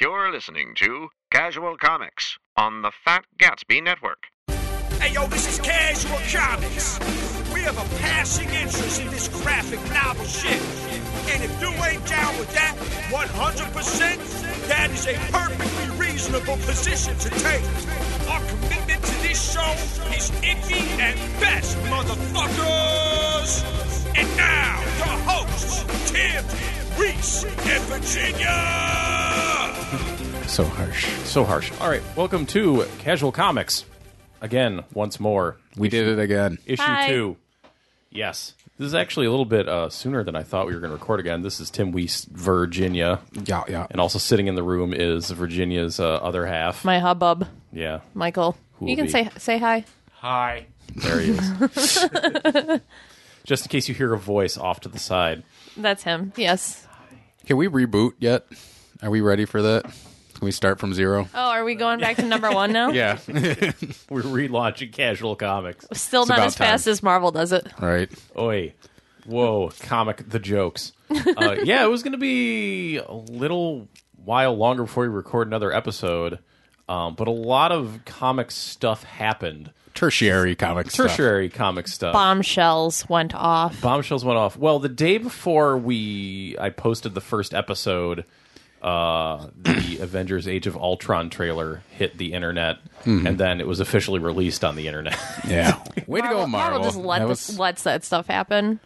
You're listening to Casual Comics on the Fat Gatsby Network. Hey yo, this is Casual Comics. We have a passing interest in this graphic novel shit. And if you ain't down with that 100%, that is a perfectly reasonable position to take. Our commitment to this show is iffy at best, motherfuckers! And now, your hosts, Tim, Reese, and Virginia! So harsh. So harsh. All right, welcome to Casual Comics. Again, once more, We did it again. issue Hi. two. Yes, this is actually a little bit uh, sooner than I thought we were going to record again. This is Tim Weiss, Virginia, Yeah, yeah. and also sitting in the room is Virginia's uh, other half. my hubbub, yeah, Michael. Who you will can be? say say hi. hi. There he is. Just in case you hear a voice off to the side. That's him. Yes. Can we reboot yet? Are we ready for that? Can we start from zero? Oh, are we going back to number one now? Yeah. We're relaunching Casual Comics. Still not about as fast time. as Marvel does it. right. Oi. Whoa, comic the jokes. Uh, yeah, it was going to be a little while longer before we record another episode, um, but a lot of comic stuff happened. Tertiary comics. Tertiary comic stuff. Bombshells went off. Bombshells went off. Well, the day before we, I posted the first episode. Uh, the Avengers: Age of Ultron trailer hit the internet, and then it was officially released on the internet. Yeah. Way to go, Marvel. Marvel just let That that was- lets that stuff happen.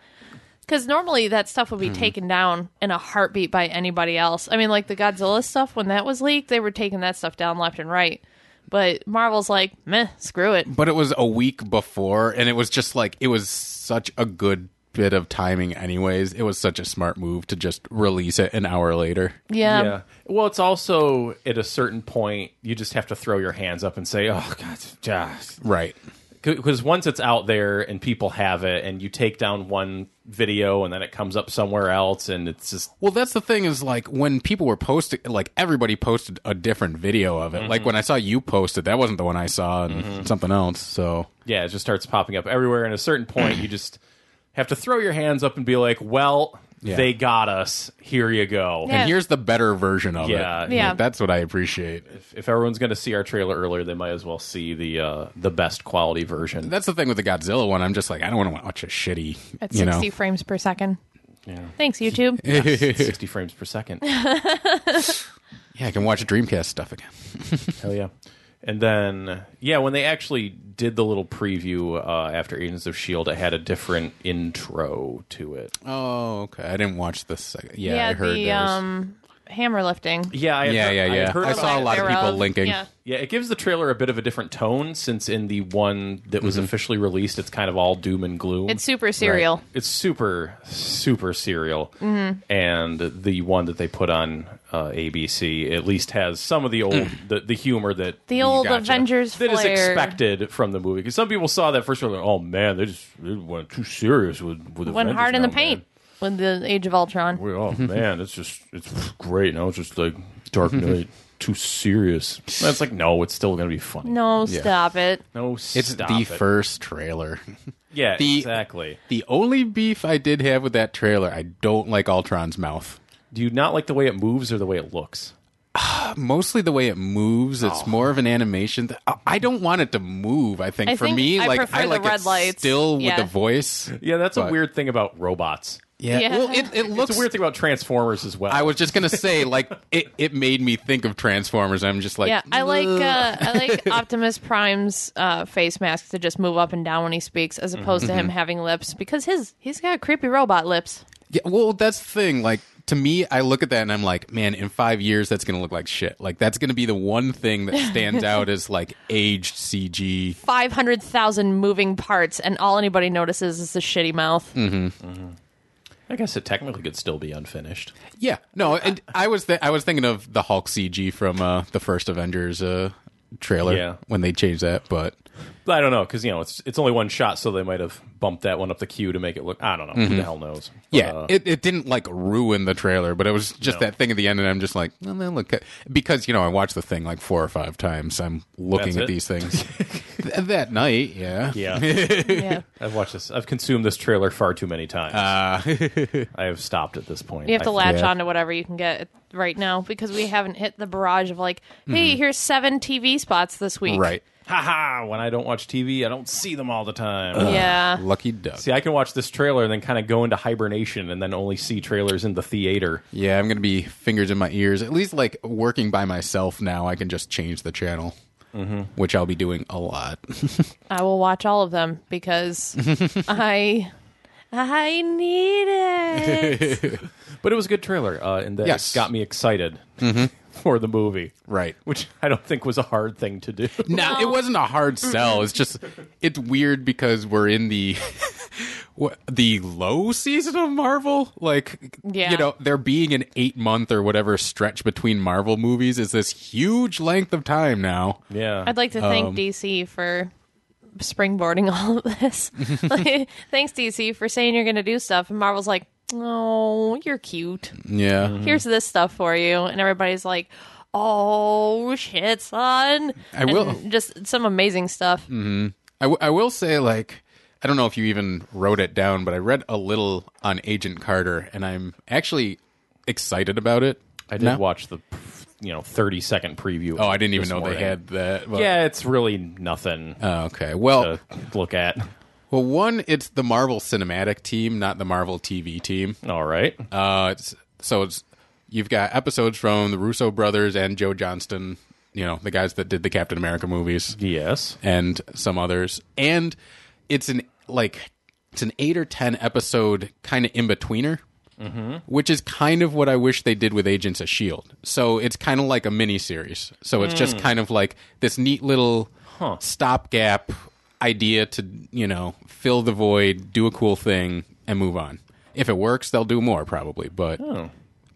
Because normally that stuff would be Hmm. taken down in a heartbeat by anybody else. I mean, like the Godzilla stuff when that was leaked, they were taking that stuff down left and right. But Marvel's like, meh, screw it. but it was a week before, and it was just like it was such a good bit of timing. Anyways, it was such a smart move to just release it an hour later. Yeah. yeah. Well, it's also at a certain point you just have to throw your hands up and say, "Oh God, just." Right. Because once it's out there and people have it, and you take down one video and then it comes up somewhere else, and it's just Well, that's the thing is like when people were posting, like everybody posted a different video of it. Mm-hmm. Like when I saw you posted, that wasn't the one I saw, and something else. So yeah, it just starts popping up everywhere. And at a certain point, you just have to throw your hands up and be like, "Well, Yeah. they got us. Here you go." Yeah. and here's the better version of Yeah. it. Yeah. Like, that's what I appreciate. If, if everyone's going to see our trailer earlier, they might as well see the uh, the best quality version. That's the thing with the Godzilla one. I'm just like, I don't want to watch a shitty, At you 60 know. frames per second. Thanks, YouTube. Sixty frames per second. Yeah, I can watch Dreamcast stuff again. Hell yeah. And then, yeah, when they actually did the little preview uh, after Agents of S.H.I.E.L.D., it had a different intro to it. Oh, okay. I didn't watch the second. Yeah, yeah, I heard the those. um, hammer lifting. Yeah, I had yeah, heard- yeah, I had yeah. heard I about saw a it. lot of people Thereof. linking. Yeah. Yeah, it gives the trailer a bit of a different tone since in the one that was officially released, it's kind of all doom and gloom. It's super serial. It's super, super serial. And the one that they put on uh, ABC at least has some of the old, the, the humor that The old gotcha. Avengers that is flair. expected from the movie. Because some people saw that first one, like, oh man, they just they went too serious with with Went Avengers hard in now, the paint man." with the Age of Ultron. We- oh man, it's just it's great now. It's just like Dark Knight, too serious. And it's like no, it's still gonna be funny. no, stop it. no, It's stop the it. first trailer. Yeah, the- exactly. the only beef I did have with that trailer, I don't like Ultron's mouth. Do you not like the way it moves or the way it looks? Uh, Mostly the way it moves. It's Oh. more of an animation. Th- I- I don't want it to move. I think I for think me, I like prefer I the like red it lights. still with Yeah. the voice. Yeah, that's a But- weird thing about robots. Yeah. Yeah. Well, it, it looks It's a weird thing about Transformers as well. I was just gonna say, like it, it made me think of Transformers. I'm just like, Yeah, I like "Ugh." uh, I like Optimus Prime's uh, face mask to just move up and down when he speaks, as opposed to him having lips because his he's got creepy robot lips. Yeah, well, that's the thing. Like to me, I look at that and I'm like, man, in five years, that's gonna look like shit. Like that's gonna be the one thing that stands out as like aged CG. Five hundred thousand moving parts, and all anybody notices is the shitty mouth. I guess it technically could still be unfinished. Yeah, no, and I was th- I was thinking of the Hulk CG from uh, the first Avengers uh, trailer Yeah. when they changed that, but I don't know because you know it's it's only one shot, so they might have bumped that one up the queue to make it look. I don't know. Who the hell knows? Mm-hmm. Yeah, But, uh, it, it didn't like ruin the trailer, but it was just that thing at the end, and I'm just like, "Oh, well, then look, at-" because you know I watched the thing like four or five times. I'm looking That's at it? these things. Th- that night, yeah. Yeah, Yeah. I've watched this. I've consumed this trailer far too many times. Uh, I have stopped at this point. You have to I- latch Yeah. on to whatever you can get right now because we haven't hit the barrage of like, hey, here's seven TV spots this week. right. Haha! When I don't watch TV, I don't see them all the time. Yeah. Lucky duck. See, I can watch this trailer and then kind of go into hibernation and then only see trailers in the theater. Yeah, I'm gonna be fingers in my ears. At least like working by myself now, I can just change the channel, Mm-hmm. which I'll be doing a lot. I will watch all of them because I I need it. But it was a good trailer, uh, and that Yes. Mm-hmm. it got me excited for the movie, right. which I don't think was a hard thing to do. No, it wasn't a hard sell. It's just it's weird because we're in the what, the low season of Marvel. Like, Yeah. you know, there being an eight month or whatever stretch between Marvel movies is this huge length of time now. yeah, I'd like to thank Um, DC for springboarding all of this. Like, Thanks DC for saying you're going to do stuff and Marvel's like, "Oh, you're cute. Yeah, Mm-hmm. Here's this stuff for you." And everybody's like, "Oh shit, son." I will. Mm. And just some amazing stuff. I, w- I will say like i don't know if you even wrote it down but i read a little on agent carter and i'm actually excited about it I did now. watch the you know thirty second preview. oh i didn't even this know morning. they had that but- Yeah, it's really nothing Oh, okay well to look at. well one it's the marvel cinematic team not the marvel tv team All right, uh it's, so it's you've got episodes from the russo brothers and joe johnston you know the guys that did the captain america movies yes, and some others. And it's an like it's an eight or ten episode kind of in betweener, Mm-hmm. which is kind of what I wish they did with Agents of Shield. E So it's kind of like a mini series. So it's Hmm. just kind of like this neat little stopgap idea to you know fill the void, do a cool thing, and move on. If it works, they'll do more probably, but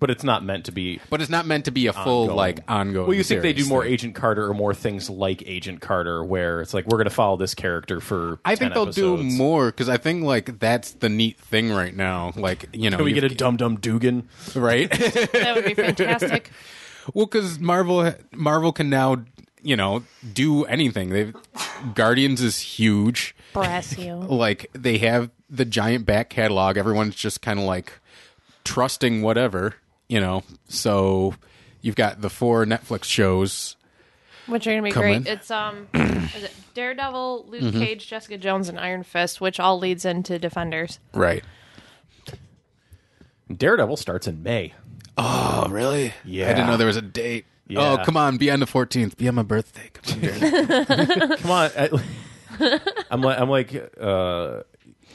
but it's not meant to be. but it's not meant to be a full ongoing. like ongoing. Well, you think they do series more thing. Agent Carter or more things like Agent Carter, where it's like we're going to follow this character for. I think 10 they'll do episodes. more because I think like that's the neat thing right now. Like you know, Can we you've- get a Dum Dum Dugan? right? That would be fantastic. well, because Marvel Marvel can now you know do anything. They Guardians is huge. Bless you. Like they have the giant back catalog. Everyone's just kind of like trusting whatever you know. So you've got the four Netflix shows. Which are gonna be Come great. in. It's um is it Daredevil, Luke Cage, Jessica Jones, and Iron Fist, which all leads into Defenders. Right. Daredevil starts in May. Oh, really? Yeah. I didn't know there was a date. Yeah. Oh, come on! Be on the fourteenth. Be on my birthday. Come on, Jared. Come on, I, am like I'm like uh,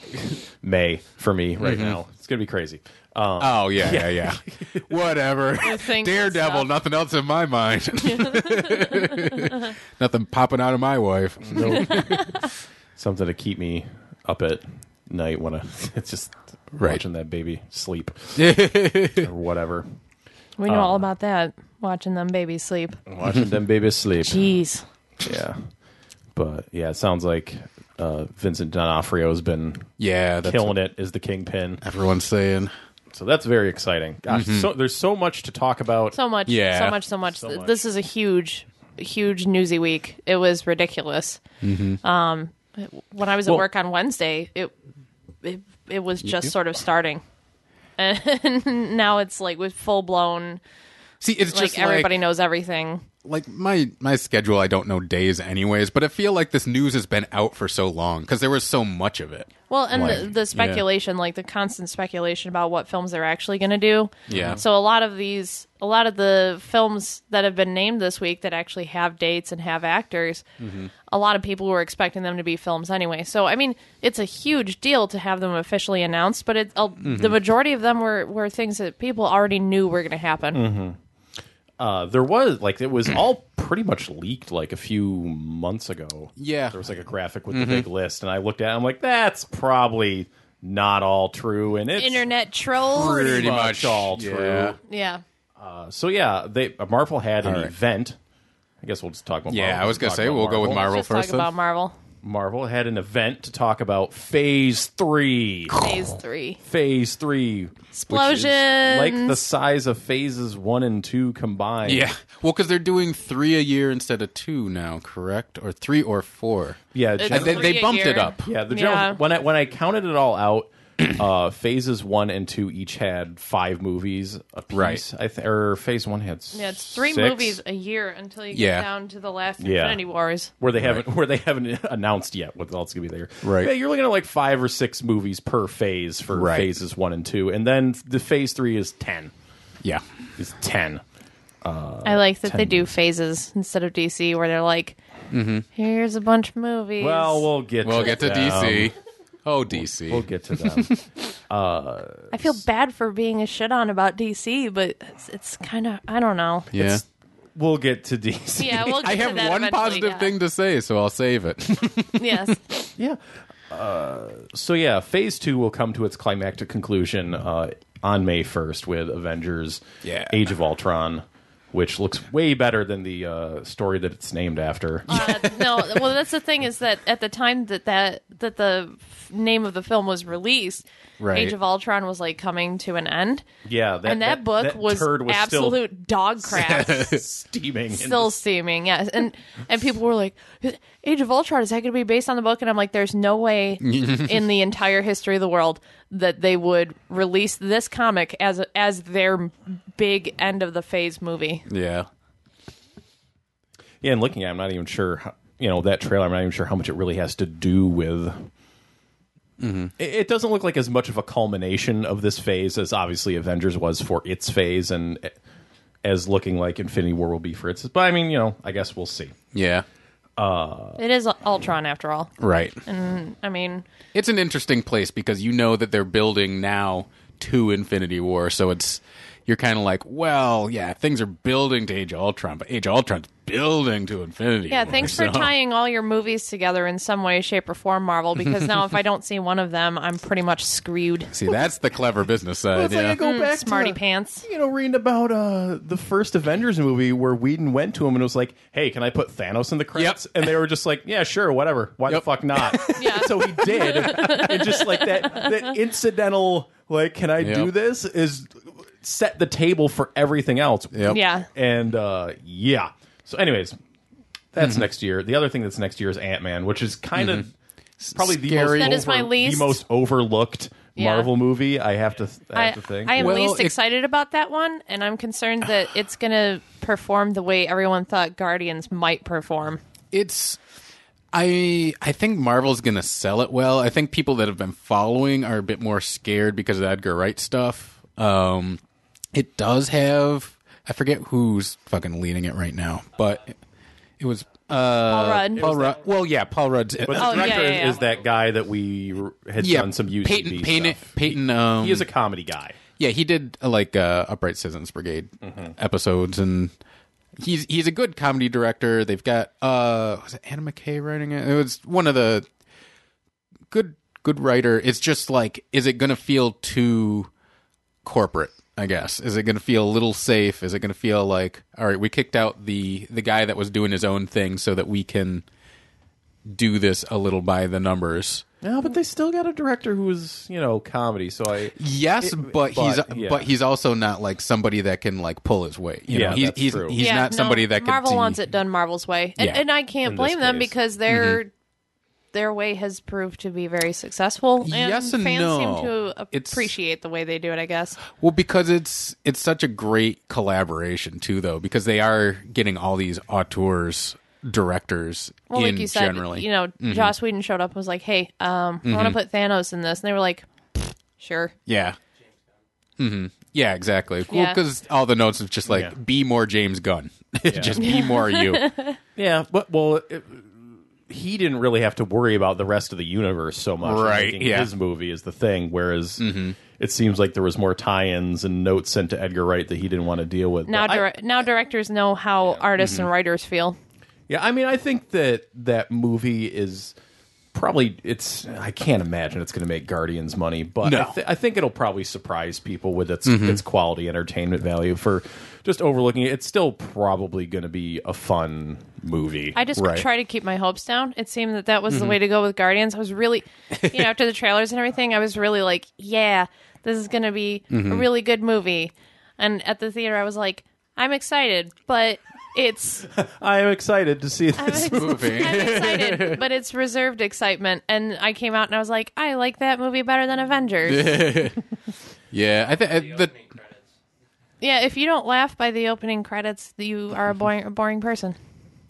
May for me right now. It's gonna be crazy. Um, Oh yeah, yeah, yeah. Whatever. thinking Daredevil, stuff. nothing else in my mind. nothing popping out of my wife. something to keep me up at night when I it's just Right. watching that baby sleep or whatever. We know all about that. Watching them babies sleep. Watching them babies sleep. Jeez. Yeah. But yeah, it sounds like uh, Vincent D'Onofrio has been Yeah, that's killing it as the kingpin. what everyone's saying. So that's very exciting. Gosh, so, there's so much to talk about. So much. Yeah. So much, so much. So much. This is a huge, huge newsy week. It was ridiculous. Um when I was at Well- work on Wednesday, it it, it was just sort of starting. And now it's like with full blown See, it's just like everybody knows everything. like my my schedule. I don't know days, anyways. But I feel like this news has been out for so long because there was so much of it. Well, and the, Like, yeah. the speculation, like the constant speculation about what films they're actually going to do. Yeah. So a lot of these, a lot of the films that have been named this week that actually have dates and have actors, Mm-hmm. a lot of people were expecting them to be films anyway. So I mean, it's a huge deal to have them officially announced, but it, uh, Mm-hmm. the majority of them were were things that people already knew were going to happen. Mm-hmm. Uh, there was like it was all pretty much leaked like a few months ago. Yeah. there was like a graphic with the big list, and I looked at. it, I'm like, that's probably not all true, and it's Internet trolls. pretty, Pretty much, much, all yeah. true. Yeah. Uh, so yeah, they uh, Marvel had an right. event. I guess we'll just talk about. Yeah, Marvel. I was gonna Talk say about we'll go with Marvel Let's just first. talk then. about Marvel. Marvel had an event to talk about Phase Three. Phase three. Phase Three which is like the Explosions. size of Phases One and Two combined. Yeah. Well, because they're doing three a year instead of two now, correct? Or three or four. yeah. It's Jen- they- they three a bumped year. it up. Yeah, the Yeah. general when I when I counted it all out, uh, phases one and two each had five movies a piece. Right. I th- or phase one had s- Yeah, it's three six, movies a year until you get Yeah. down to the last Yeah. Infinity Wars. where they haven't where they haven't announced yet what else going to be there. Right. Yeah, you're looking at like five or six movies per phase for Right. phases one and two, and then the phase three is ten. Yeah. Is ten. I like that they ten do phases instead of DC, where they're like, "Here's a bunch of movies." Well, we'll get We'll to get to them. DC. um, Oh, DC. We'll get to them. I feel bad for being a shit on about DC, but it's, it's kind of I don't know. yeah. we'll get to DC. Yeah, we'll get I to have that one eventually, positive yeah. thing to say, so I'll save it. Yes, Yeah. Uh, so yeah, Phase Two will come to its climactic conclusion uh, on May first with Avengers: Yeah. Age of Ultron, which looks way better than the uh, story that it's named after. uh, no. Well, that's the thing is that at the time that that that the f- name of the film was released, Right. Age of Ultron was like coming to an end, yeah, that, and that, book was, turd was absolute dog crap. still steaming. in still steaming yes and and people were like age of ultron is that going to be based on the book and i'm like there's no way in the entire history of the world that they would release this comic as as their big end of the phase movie yeah. Yeah, and looking at, it, I'm not even sure. How, you know that trailer. I'm not even sure how much it really has to do with. Mm-hmm. It, it doesn't look like as much of a culmination of this phase as obviously Avengers was for its phase, and eh, as looking like Infinity War will be for its. But I mean, you know, I guess we'll see. Yeah. it is ultron after all Right. i mean it's an interesting place because you know that they're building now to Infinity War, so it's you're kind of like, well, yeah, things are building to Age of Ultron, but Age of Ultron's building to Infinity. yeah War, thanks for so- tying all your movies together in some way shape or form marvel because now if i don't see one of them i'm pretty much screwed See, that's the clever business side. yeah. go back Mm, smarty pants You know, reading about uh, the first Avengers movie where Whedon went to him and was like, "Hey, can I put Thanos in the credits?" And they were just like, "Yeah, sure, whatever. Why the Yep. fuck not?" Yeah. So he did, and just like that, that incidental, like, "Can I do Yep. this?" is set the table for everything else. Yep. yeah And uh, yeah. So, anyways, that's Mm-hmm. next year. The other thing that's next year is Ant Man, which is kind of probably the most, Mm-hmm. Scary. That is my over- least- the most overlooked Yeah. Marvel movie. I have to, I I, have to think. I am Well, least it- excited about that one, and I'm concerned that it's going to perform the way everyone thought Guardians might perform. it's I I think Marvel's gonna sell it well. I think people that have been following are a bit more scared because of the Edgar Wright stuff. Um, it does have I forget who's fucking leading it right now, but it was uh, Paul Rudd. Paul Rudd. Well, yeah, Paul Rudd's. uh, But the Oh, yeah, director yeah, is- yeah. is that guy that we r- had yeah, done some UCB Peyton, Peyton, stuff. Peyton. Um, he is a comedy guy. yeah, he did uh, like uh, Upright Citizens Brigade episodes, and he's he's a good comedy director. They've got uh, was it Anna McKay writing it? It was one of the good good writer. It's just like, is it going to feel too corporate? I guess is it going to feel a little safe? Is it going to feel like all right? We kicked out the the guy that was doing his own thing so that we can do this a little by the numbers. No, but they still got a director who was, you know, comedy. So I Yes, but, he's but, yeah. but he's also not like somebody that can like pull his weight. You Yeah, know, he's that's he's, true. he's not no, somebody that can. Marvel see- wants it done Marvel's way, and, Yeah. Mm-hmm. and I can't In blame this them case. because their their way has proved to be very successful. And Yes and fans no. seem to It's- appreciate the way they do it. I guess Well, because it's it's such a great collaboration too, though, because they are getting all these auteurs, directors Well, in like you said, generally. Mm-hmm. you know, Joss Whedon showed up and was like, "Hey, um, I want to put Thanos in this," and they were like, "Pfft, "Sure." yeah. Mm-hmm. Yeah, exactly. Well, Yeah. because all the notes is just like Yeah. be more James Gunn, just be more you. yeah, but well, it, he didn't really have to worry about the rest of the universe so much. Right, Making yeah. his movie is the thing. Whereas it seems like there was more tie-ins and notes sent to Edgar Wright that he didn't want to deal with. Now, But I- dir- now directors know Mm-hmm. how artists and writers feel. Yeah, I mean, I think that that movie is probably it's I can't imagine it's going to make Guardians money, but No. I, th- I think it'll probably surprise people with its its quality entertainment value for just overlooking it. It's still probably going to be a fun movie. I just right? Mm-hmm. try to keep my hopes down. It seemed that that was the way to go with Guardians. I was really, you know, after the trailers and everything, I was really like, yeah, this is going to be Mm-hmm. a really good movie. And at the theater, I was like, I'm excited, but it's I am excited to see I'm, this. ex- movie. I'm excited, but it's reserved excitement. And I came out and I was like, I like that movie better than Avengers. Yeah, I think the yeah, if you don't laugh by the opening credits, you are a boring, a boring person.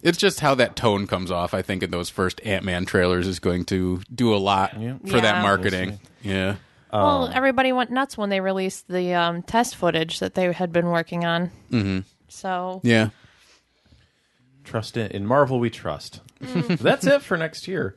it's just how that tone comes off. I think in those first Ant Man trailers is going to do a lot for Yeah. that marketing. yeah, Um, Well, everybody went nuts when they released the um, test footage that they had been working on. Mm-hmm. So yeah. trust in, in Marvel, we trust. Mm. That's it for next year.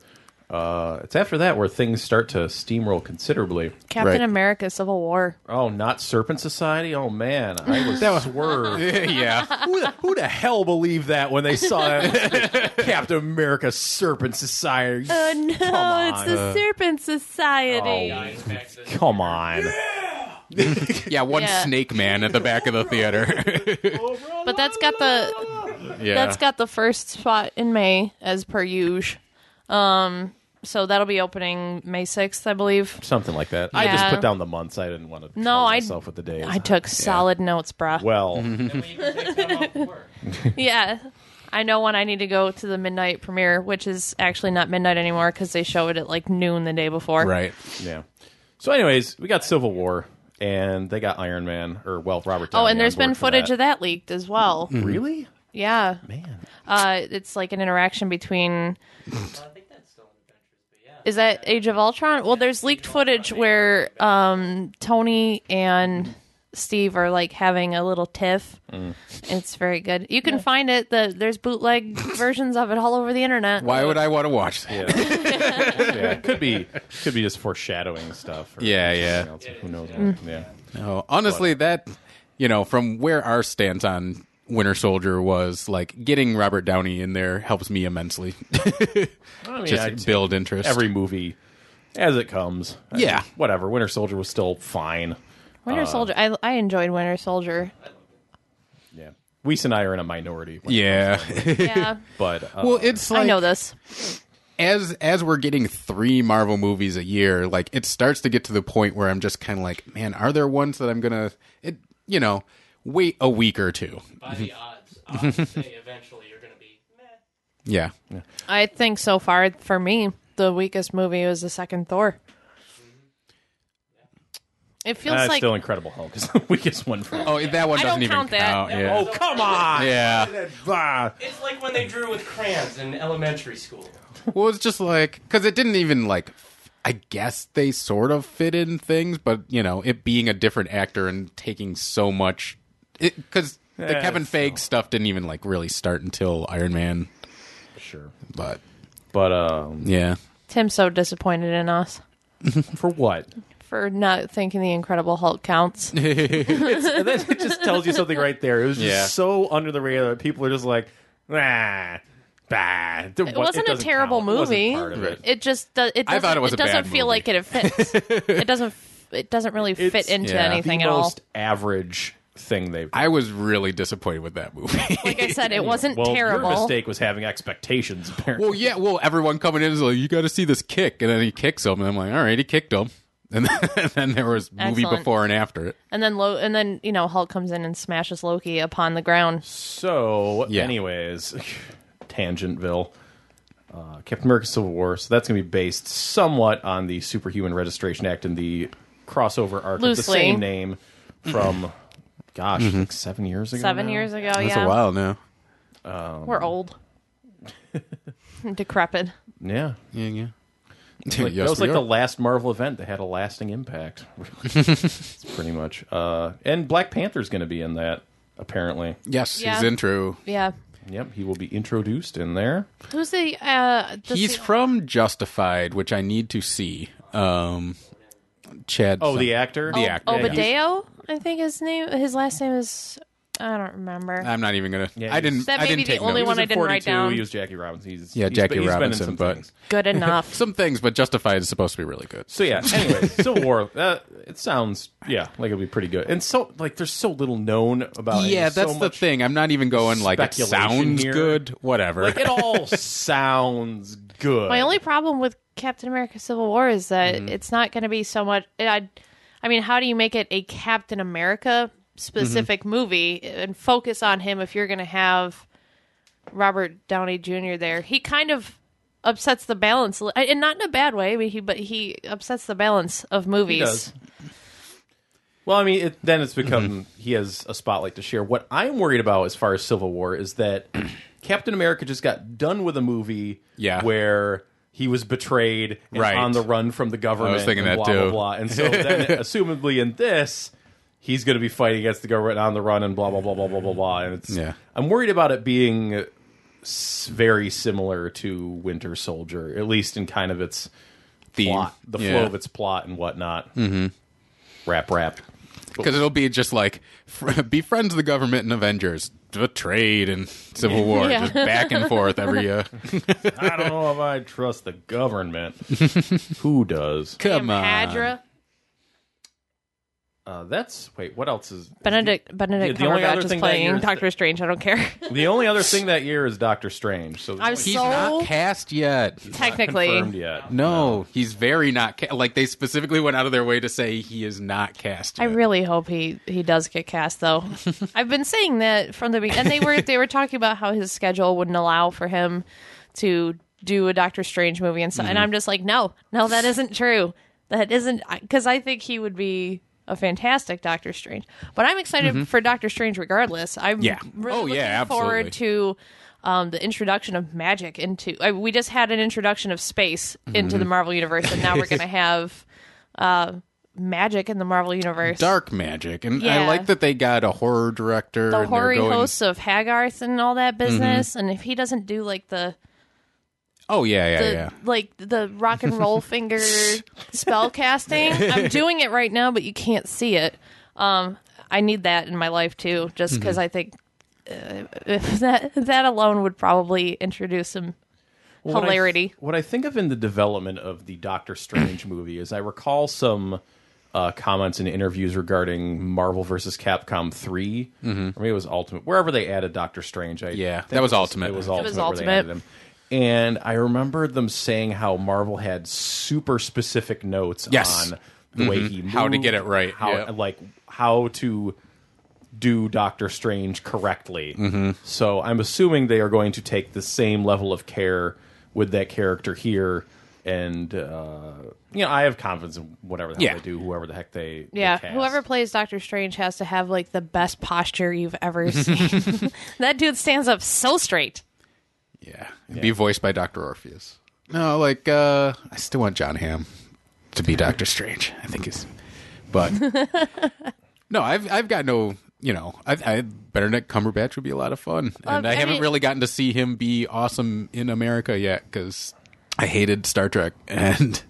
Uh, it's after that where things start to steamroll considerably. Captain Right. America: Civil War. Oh, not Serpent Society? Oh man, I was that was swerved. yeah. who, the, who the hell believed that when they saw that? Captain America Serpent Society? Oh no! It's the Uh, on. Serpent Society. Oh, come on. Yeah, one Yeah. snake man at the back of the theater. But that's got the oh. yeah. that's got the first spot in May as per usual. Um, so that'll be opening May sixth, I believe. Something like that. I just Yeah. put down the months. I didn't want to No, I- myself with the days. I took solid notes, brah. well, Yeah. I know when I need to go to the midnight premiere, which is actually not midnight anymore because they show it at like noon the day before. right. yeah. So, anyways, we got Civil War, and they got Iron Man, or well, Robert. Downey Oh, and on there's board been for footage that. of that leaked as well. Mm-hmm. Really? Yeah. Man, Uh, it's like an interaction between. Is that Age of Ultron? Well, there's leaked footage where um, Tony and Steve are like having a little tiff. Mm. It's very good. You can find it. The there's bootleg versions of it all over the internet. Why would I want to watch that? yeah, it could be could be just foreshadowing stuff. Or Yeah, something yeah. else. Who knows? Mm. what- Yeah. No, honestly, that you know, from where our stance on Winter Soldier was, like getting Robert Downey in there helps me immensely. I mean, Just I'd take build interest. every movie as it comes. I mean, Yeah. whatever. Winter Soldier was still fine. Uh. Winter Soldier. I I enjoyed Winter Soldier. Yeah, Weiss and I are in a minority. when- yeah. Yeah, but uh, well, it's like I know this. as as we're getting three Marvel movies a year, like it starts to get to the point where I'm just kind of like, man, are there ones that I'm gonna, it, you know, wait a week or two? By the odds, odds say eventually you're going to be meh. Yeah, I think so far for me, the weakest movie was the second Thor. It feels uh, it's like still Incredible Hulk is the weakest one for. Oh, that one I doesn't don't even count that. Yeah. Oh, come on! yeah. Bah. It's like when they drew with crayons in elementary school. Well, it's just like because it didn't even like. I guess they sort of fit in things, but you know, it being a different actor and taking so much, because the Yeah, Kevin it's Feige stuff didn't even like really start until Iron Man. Sure, But but um, yeah, Tim's so disappointed in us for what? for not thinking the Incredible Hulk counts. And then it just tells you something right there. It was just Yeah. so under the radar. that People are just like, nah, bah. It, wa- wasn't a doesn't terrible count. It wasn't movie. part of it. It just does. It doesn't, I thought it was a bad doesn't feel movie. like it fits. it doesn't. f- It doesn't really fit It's- into yeah. anything the at all. most average thing they've. I was really disappointed with that movie. Like I said, it wasn't well, terrible. your mistake was having expectations. Apparently, well, yeah, well, everyone coming in is like, you got to see this kick, and then he kicks him, and I'm like, all right, he kicked him, and then, and then there was movie Excellent. before and after it. And then, Lo- and then you know, Hulk comes in and smashes Loki upon the ground. So, Yeah. anyways, Tangentville, uh, Captain America: Civil War. So that's going to be based somewhat on the Superhuman Registration Act and the crossover arc of the Loosely. same name from, gosh, Mm-hmm. like seven years ago. Seven now? years ago, That's yeah, a while now. we're old, decrepit. Yeah, Yeah, yeah. Like, yes, that was we like are. the last Marvel event that had a lasting impact. It's pretty much. Uh, and Black Panther's going to be in that. Apparently, yes, Yeah. his intro. Yeah. yep, he will be introduced in there. Who's the uh the He's se- from Justified, which I need to see. Um, Chad. Oh, the actor, The actor. Obadeo, I think his name his last name is I don't remember. I'm not even gonna. Yeah, I didn't. That I may didn't be the take only notes. one I in didn't write 42, down. He was Jackie Robinson. He's, Yeah, he's Jackie been, he's been in Robinson, some but- things. Good enough. Some things, but Justified is supposed to be really good. So yeah. Anyway, Civil War. That, it sounds yeah, like it'll be pretty good. And so like, there's so little known about. it. yeah, Oh, There's so that's the much- thing. I'm not even going like it speculation sounds here. good. Whatever. Like it all sounds good. My only problem with Captain America: Civil War is that Mm-hmm. it's not going to be so much. I, I mean, how do you make it a Captain America specific Mm-hmm. movie and focus on him if you're going to have Robert Downey Jr. there? He kind of upsets the balance, li- and not in a bad way. But he, but he upsets the balance of movies. He does. Well, I mean, it, then it's become Mm-hmm. he has a spotlight to share. What I'm worried about as far as Civil War is that Captain America just got done with a movie Yeah. where he was betrayed and Right. on the run from the government. thinking and that blah, too. Blah, blah. And so then, assumably, in this, he's going to be fighting against the government on the run and blah blah blah blah blah blah blah. And it's Yeah. I'm worried about it being s- very similar to Winter Soldier, at least in kind of its Theme. plot, the Yeah. flow of its plot and whatnot. Mm-hmm. Rap, rap. because it'll be just like fr- befriends the government and Avengers, betrayed and Civil War, Yeah. just back and forth every. Uh, I don't know if I trust the government. Who does? come on, Hadra, Uh, that's wait. What else is Benedict Benedict Yeah, the only other Cumberbatch is thing that year playing is Doctor Strange. I don't care. the only other thing that year is Doctor Strange. So I'm He's so not cast uh, yet. confirmed technically. yet. No, he's very not ca- like they specifically went out of their way to say he is not cast. I yet. really hope he he does get cast though. I've been saying that from the beginning. And they were they were talking about how his schedule wouldn't allow for him to do a Doctor Strange movie and so. Mm-hmm. And I'm just like, no, no, that isn't true. That isn't because I think he would be a fantastic Doctor Strange. But I'm excited for Doctor Strange regardless. I'm Mm-hmm. Yeah. really Oh, looking yeah, absolutely. forward to. Um, the introduction of magic into I, we just had an introduction of space into the Mm-hmm. Marvel universe, and now we're going to have uh, magic in the Marvel universe dark magic, and I Yeah. like that they got a horror director. the and they're hoary going- Mm-hmm. hosts of Hagarth and all that business. And if he doesn't do like the, Oh yeah, yeah, the yeah. like the rock and roll finger spell casting, I'm doing it right now, but you can't see it. Um, I need that in my life too, just Mm-hmm. because I think uh, if that that alone would probably introduce some Well, what I- hilarity. What I, think of in the development of the Doctor Strange movie is I recall some uh, comments and interviews regarding Marvel versus Capcom 3 or maybe it was Ultimate, wherever they added Doctor Strange. I Mm-hmm. Yeah, think that was it Ultimate. It was It Ultimate. was Where they Ultimate. added him. And I remember them saying how Marvel had super specific notes Yes. Mm-hmm. on the way he moved, How to get it right, how yeah. like how to do Doctor Strange correctly. So I'm assuming they are going to take the same level of care with that character here. And uh, you know, I have confidence in whatever the hell Yeah. they do, whoever the heck they they Yeah, cast. whoever plays Doctor Strange has to have like the best posture you've ever seen. that dude stands up so straight. Yeah. Be voiced by Dr. Orpheus. No, like uh I still want John Hamm to be Doctor Strange. I think is but No, I've I've got no you know, I, I Benedict Cumberbatch would be a lot of fun, and I, I haven't mean- really gotten to see him be awesome in America yet because I hated Star Trek, and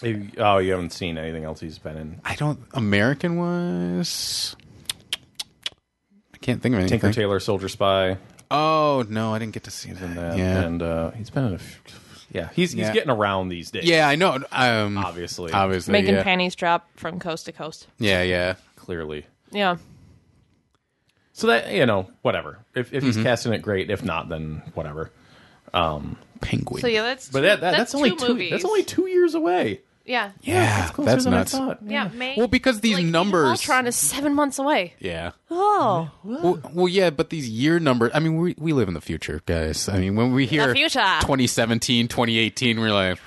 Maybe- oh, you haven't seen anything else he's been in. I don't American was I can't think of anything. Tinker Tailor Soldier Spy. Oh no, I didn't get to see that. And, yeah, and uh, he's been in a. F- yeah, he's he's Yeah. getting around these days. yeah, I know. Um, obviously, obviously, Making yeah. panties drop from coast to coast. yeah, yeah. clearly. Yeah. So that you know, whatever. If if Mm-hmm. he's casting it, great. If not, then whatever. Penguin. So yeah, that's But two- that, that that's, that's, only two two. movies. That's only two years away. yeah. yeah. Yeah, Closer Ah, that's than I nuts. thought. May, Well, because these like, Age of numbers. Ultron is seven months away. yeah. Oh, Well, well, yeah, but these year numbers. I mean, we, we live in the future, guys. I mean, when we hear future. 2017, 2018, we're like,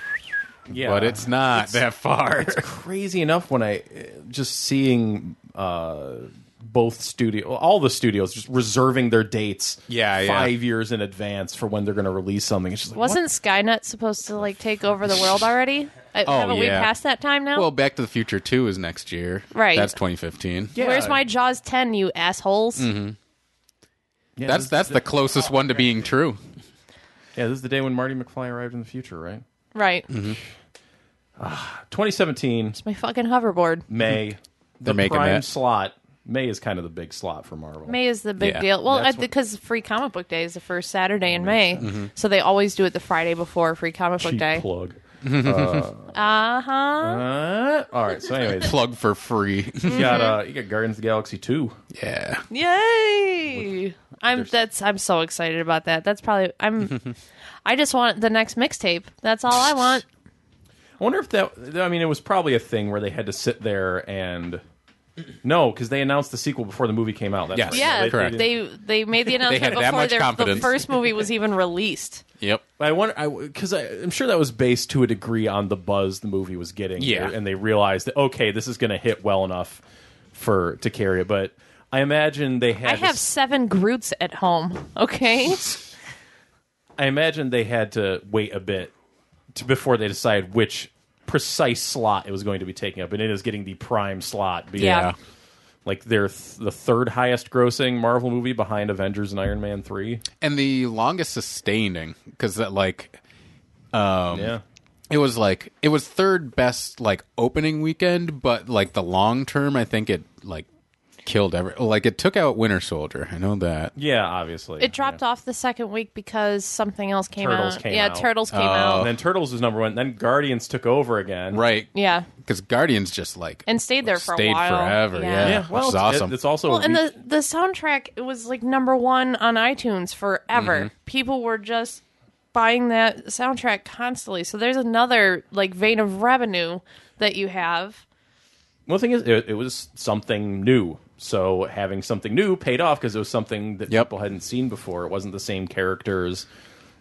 Yeah, but it's not that far. crazy enough when I just seeing uh, both studio, all the studios just reserving their dates. Yeah, yeah. five years in advance for when they're going to release something. It's just like, wasn't Skynet supposed to like take over the world already? I, Oh, haven't we yeah. passed that time now? well, Back to the Future 2 is next year. Right. That's 2015. yeah. Where's my Jaws ten, you assholes? Yeah, That's this, that's the closest one to being true. yeah. This is the day when Marty McFly arrived in the future, right? Right, 2017 my fucking hoverboard. May. The making prime that. slot May is kind of the big slot for Marvel. May is the big Yeah, deal. Well, that's what- because Free Comic Book Day is the first Saturday in May, so they always do it the Friday before Free Comic Book Cheap Day. plug. Uh huh. Uh, all right. So, anyways, Plug for free. you got uh, you got Guardians of the Galaxy two. yeah. Yay! I'm that's I'm so excited about that. That's probably I'm. I just want the next mixtape. That's all I want. I wonder if that. I mean, it was probably a thing where they had to sit there and no, because they announced the sequel before the movie came out. That's Yes. right. Yeah, They- correct. they they made the announcement had that before much their, the confidence. first movie was even released. Yep. I wonder, I because I, am sure that was based to a degree on the buzz the movie was getting. Yeah. and they realized that okay, this is going to hit well enough for to carry it. But I imagine they had. I to have s- seven Groots at home. Okay, I imagine they had to wait a bit to, before they decided which precise slot it was going to be taking up, and it is getting the prime slot. Being Yeah. like they're th- the third highest grossing Marvel movie behind Avengers and Iron Man three. And the longest sustaining because that like Um, yeah. it was like it was third best like opening weekend, but like the long term, I think it like killed every like it took out Winter Soldier. I know that. Yeah, obviously. it dropped off the second week because something else came Turtles out. came yeah, out. Turtles Oh. came And out. then Turtles was number one. Then Guardians took over again. Right. Yeah, Because Guardians just like and stayed there for stayed a while. forever. Yeah. Yeah, well, which is it's, awesome. it- it's also Well, and the the soundtrack it was like number one on iTunes forever. People were just buying that soundtrack constantly. So there's another like vein of revenue that you have. one thing is it, it was something new. So having something new paid off because it was something that Yep. people hadn't seen before. It wasn't the same characters.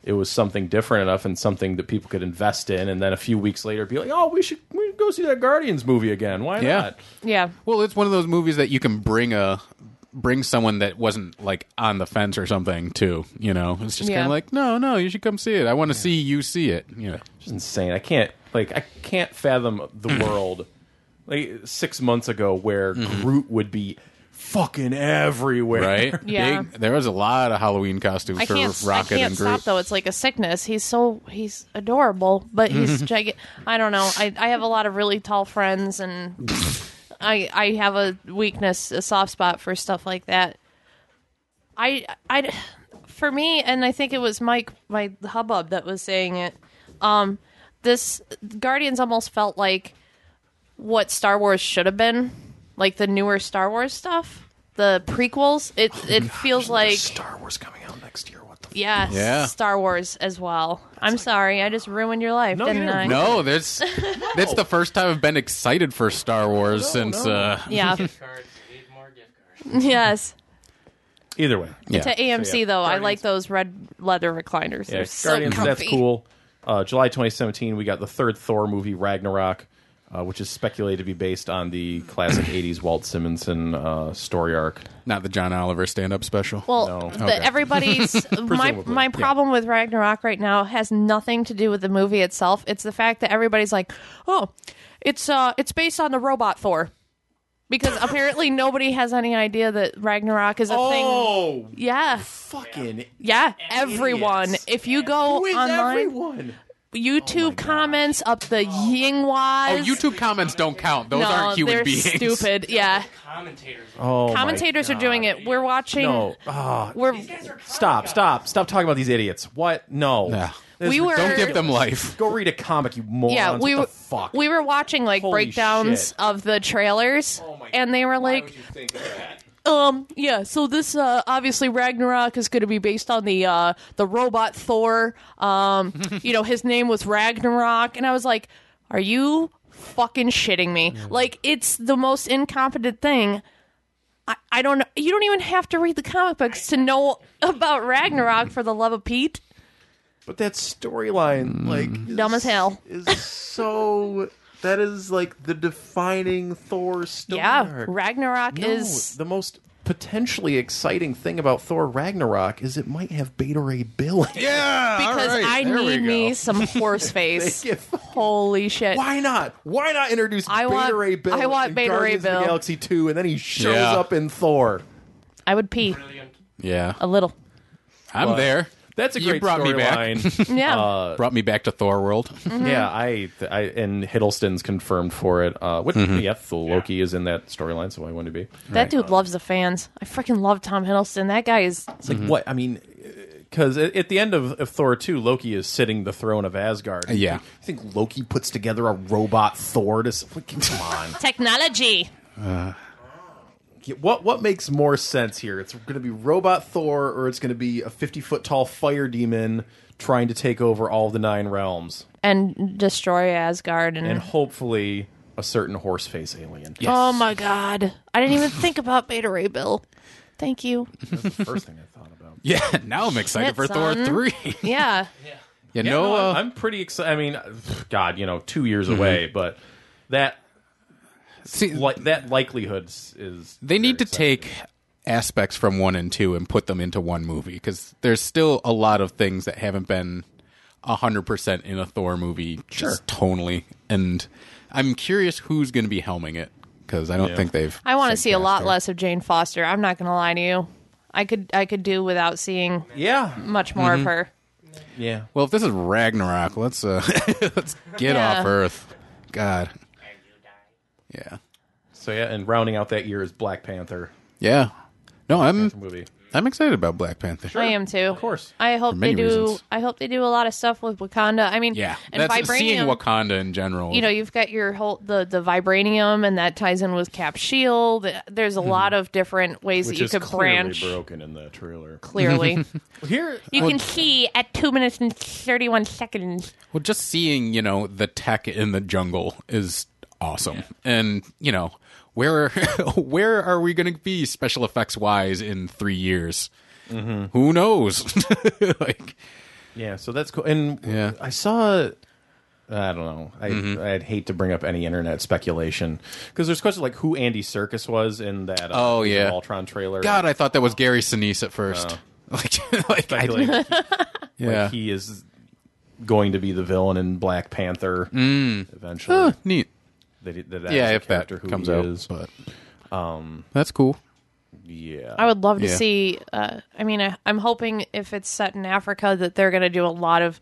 It was something different enough and something that people could invest in. And then a few weeks later, be like, "Oh, we should we should go see that Guardians movie again. Why Yeah. not?" Yeah, Well, it's one of those movies that you can bring a bring someone that wasn't like on the fence or something too. You know, it's just Yeah. kind of like, no, no, you should come see it. I want to see you see it. You know, It's insane. I can't like I can't fathom the world like six months ago where Groot would be fucking everywhere. Mm-hmm. right? Yeah. Big- there was a lot of Halloween costumes I for can't Rocket I can't and Groot. stop though. It's like a sickness. He's so he's adorable, but he's Mm-hmm. gigantic. I don't know. I I have a lot of really tall friends and. I, I have a weakness, a soft spot for stuff like that. I, I, for me, and I think it was Mike, my hubbub, that was saying it. Um, this Guardians almost felt like what Star Wars should have been, like the newer Star Wars stuff, the prequels. It Oh, it feels like Star Wars coming out next year. What the Yes. Yeah. Star Wars as well. I'm sorry, I just ruined your life, No, you didn't didn't I? No, that's that's the first time I've been excited for Star Wars since. no. Uh, Yeah. Gift cards. We need more gift cards. yes. Either way. yeah. To AMC yeah, though, I Guardians. like those red leather recliners. Yeah, They're so Guardians, that's comfy. cool. Uh, July 2017, we got the third Thor movie, Ragnarok, uh, which is speculated to be based on the classic 80s Walt Simonson uh, story arc. Not the John Oliver stand up special. Well, No. the, Okay. everybody's my Presumably, my yeah. problem with Ragnarok right now has nothing to do with the movie itself. It's the fact that everybody's like, "Oh, it's uh it's based on the robot Thor." Because apparently nobody has any idea that Ragnarok is a Oh. thing. Yeah. fucking Yeah, everyone. If you go online, everyone? YouTube comments up the oh, Yingwas. YouTube comments don't count. Those no, aren't human they're beings. stupid. Yeah, Commentators. Oh, commentators are doing it. We're watching. No. Ah, We're stop, stop, stop talking about these idiots. What? No. Yeah. This We is were- ridiculous. Don't give them life. Go read a comic, you morons. yeah, we what were the fuck? we were watching like Holy breakdowns shit. Oh of the trailers, and they were like, um, yeah. So this uh, obviously Ragnarok is going to be based on the uh, the robot Thor. Um, you know, his name was Ragnarok, and I was like, are you fucking shitting me? Like, it's the most incompetent thing. I, I don't. You don't even have to read the comic books to know about Ragnarok. For the love of Pete, But that storyline, Mm. like, is- Dumb as hell. is so. That is like the defining Thor story. yeah, arc. Ragnarok No, is the most potentially exciting thing about Thor Ragnarok is it might have Beta Ray Bill. in it. Yeah, because I need me some horse face. They give- Holy shit! Why not? Why not introduce I Beta want- Ray Bill? I want in Beta Ray Guardians Of Bill. the Galaxy Two, and then he shows Yeah. up in Thor. I would pee Brilliant. Yeah, a little. I'm there. that's a You great brought me back. Mm-hmm. storyline. Yeah. Uh, Brought me back to Thor world. Mm-hmm. yeah, I, I and Hiddleston's confirmed for it. Uh, which Mm-hmm. yeah, the Loki is in that storyline, so I wanted to be. that dude loves the fans. I freaking love Tom Hiddleston. That guy is It's Mm-hmm. like what I mean, because at the end of, of Thor two, Loki is sitting the throne of Asgard. Yeah. you think Loki puts together a robot Thor to? s- Come on, technology. Get- what what makes more sense here? It's going to be robot Thor, or it's going to be a fifty foot tall fire demon trying to take over all the nine realms, And destroy Asgard and, Mm. and hopefully a certain horse face alien. Oh my god. I didn't even think about Beta Ray Bill. Thank you. That's the first thing I thought about. Yeah, now I'm excited Shit, for son. Thor three. Yeah. you Yeah, know, no, uh, Mm-hmm. I'm- I'm pretty excited. I mean, God, you know, two years away, but that see, like that likelihood s- is they need to very take aspects from one and two and put them into one movie because there's still a lot of things that haven't been 100% in a Thor movie. Just totally. And I'm curious who's going to be helming it because I don't think they've. I want to said see a cast lot her. less of Jane Foster. I'm not going to lie to you. I could I could do without seeing yeah much more Mm-hmm. of her. yeah Well, if this is Ragnarok, let's uh, let's get Yeah. off Earth. God, And you die. yeah, so yeah and rounding out that year is Black Panther yeah. No, I'm movie I'm excited about Black Panther. I am too. Of course. I hope For many they do. reasons. I hope they do a lot of stuff with Wakanda. I mean, Yeah, and that's seeing vibranium. Wakanda in general. you know, you've got your whole the the vibranium, and that ties in with Cap Shield. There's a lot of different ways Mm-hmm. which that you is could clearly branch. broken in the trailer Clearly, here you can see at two minutes and thirty one seconds. Well, just seeing, you know, the tech in the jungle is awesome. And, you know, where where are we going to be special effects wise in 3 years? Who knows? like yeah so that's cool and Yeah. Mm-hmm. I saw I don't know I I'd hate to bring up any internet speculation because there's questions like who Andy Circus was in that uh, Oh, Age of yeah. Ultron trailer god, I thought that was Gary Sinise at first. like Oh. like I, Speculate he yeah. like he is going to be the villain in Black Panther eventually. Mm. Huh, neat. That, he- that Yeah, as a if that character who comes he out, is. but um that's cool. yeah, I would love to Yeah. see. Uh, I mean, I, I'm hoping if it's set in Africa that they're going to do a lot of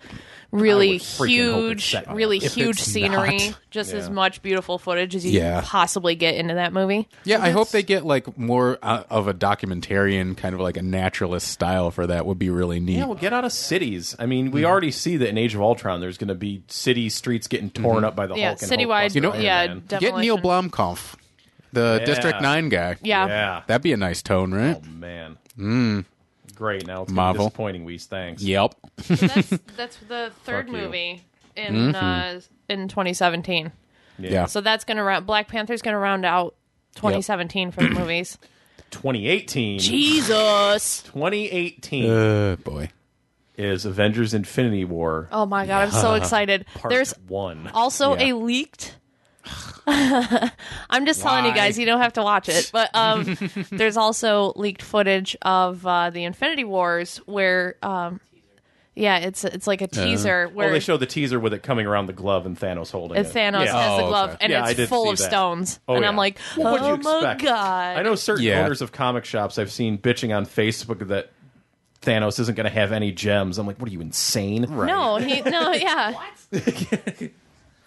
really would freaking hope it's huge, set in really Africa. If huge it's scenery, not- just as Yeah. much beautiful footage as you Yeah. can possibly get into that movie. Yeah, I hope they get like more uh, of a documentarian kind of like a naturalist style for that would be really neat. yeah. Well, get out of cities. I mean, Mm-hmm. we already see that in Age of Ultron, there's going to be city streets getting Mm-hmm. torn up by the yeah, Hulk. And citywide. Hulkbuster You know- Iron yeah, Man. Get demolition. Neil Blomkamp, the Yeah. District 9 guy. Yeah. yeah. That'd be a nice tone, right? oh man, great. Now it's gonna be Mm. Marvel. disappointing. Weez, thanks. Yep. that's, that's the Fuck third you. Mm-hmm. movie in uh, in 2017. Yeah. So that's going to round. Black Panther's going to round out 2017 for the movies. 2018. Jesus. 2018 Uh, boy. is Avengers: Infinity War. Oh my god, I'm so excited. part There's one. also Yeah. a leaked I'm just telling you Why? guys, you don't have to watch it. But um, there's also leaked footage of uh, the Infinity Wars where um, yeah, it's it's like a teaser Well, where Uh, oh, they show the teaser with it coming around the glove and Thanos holding and it. Thanos Yeah. has the Oh, glove okay. and Yeah, I it's did full see of that. stones. Oh, and yeah. I'm like, What would you "Oh my expect? god. I know certain Yeah. owners of comic shops I've seen bitching on Facebook that Thanos isn't going to have any gems. I'm like, what are you insane? Right. No, he no, yeah.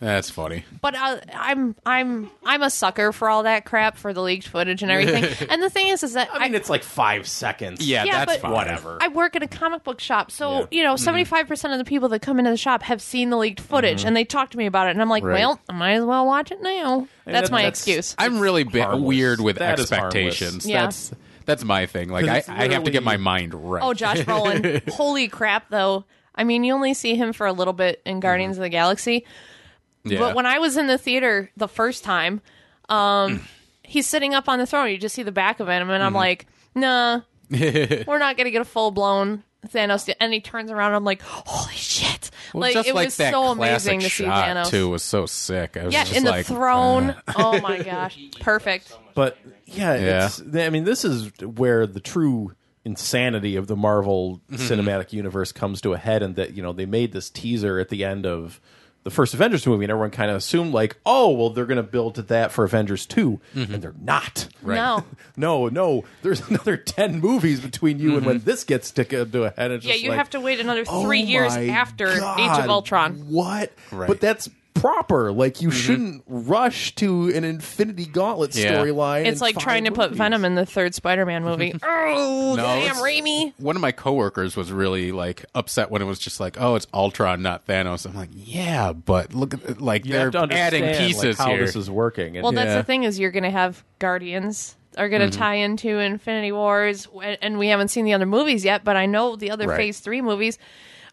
That's funny. but I, I'm I'm I'm a sucker for all that crap for the leaked footage and everything. and the thing is, is that I mean, it's like five seconds. Yeah, that's but- fine. whatever. I work in a comic book shop, so Yeah. Mm-hmm. you know, seventy five percent of the people that come into the shop have seen the leaked footage, Mm-hmm. and they talk to me about it, and I'm like, Right. well, I might as well watch it now. And that's that- my that's- excuse. I'm really bi- harmless. weird with That is harmless. expectations. Yeah. That's that's my thing. Like 'Cause I, it's I have to get my literally- mind right. oh, Josh Brolin, holy crap, though. I mean, you only see him for a little bit in Guardians Mm-hmm. of the Galaxy, yeah. but when I was in the theater the first time, um, he's sitting up on the throne. You just see the back of him, and Mm-hmm. I'm like, nah, we're not gonna get a full blown. Thanos, de- and he turns around. I'm like, holy shit! Well, like just it like was that so classic amazing to see shot, Thanos. too was so sick. I was Yeah, just in the like, throne. uh, oh my gosh, perfect. But yeah, It's, I mean, this is where the true insanity of the Mm-hmm. Marvel cinematic universe comes to a head, and that you know they made this teaser at the end of the first Avengers movie, and everyone kind of assumed like, oh, well, they're going to build to that for Avengers 2 and they're not. No. No, no. There's another ten movies between you and when this gets to, to a head. It's Yeah, just you like, have to wait another oh three years my after Age God, of Ultron. What? Right. But that's proper. Like you shouldn't rush to an Infinity Gauntlet Yeah. storyline. It's in like five trying to put movies. Venom in the third Spider-Man movie. oh, damn, it's- Raimi. One of my coworkers was really like upset when it was just like, "Oh, it's Ultron, not Thanos." I'm like, "Yeah, but look at like You they're have to understand, adding like, pieces how here." this is working. And- Well, that's Yeah. the thing is you're going to have Guardians are going to Mm-hmm. tie into Infinity Wars, w- and we haven't seen the other movies yet. But I know the other Right. Phase Three movies.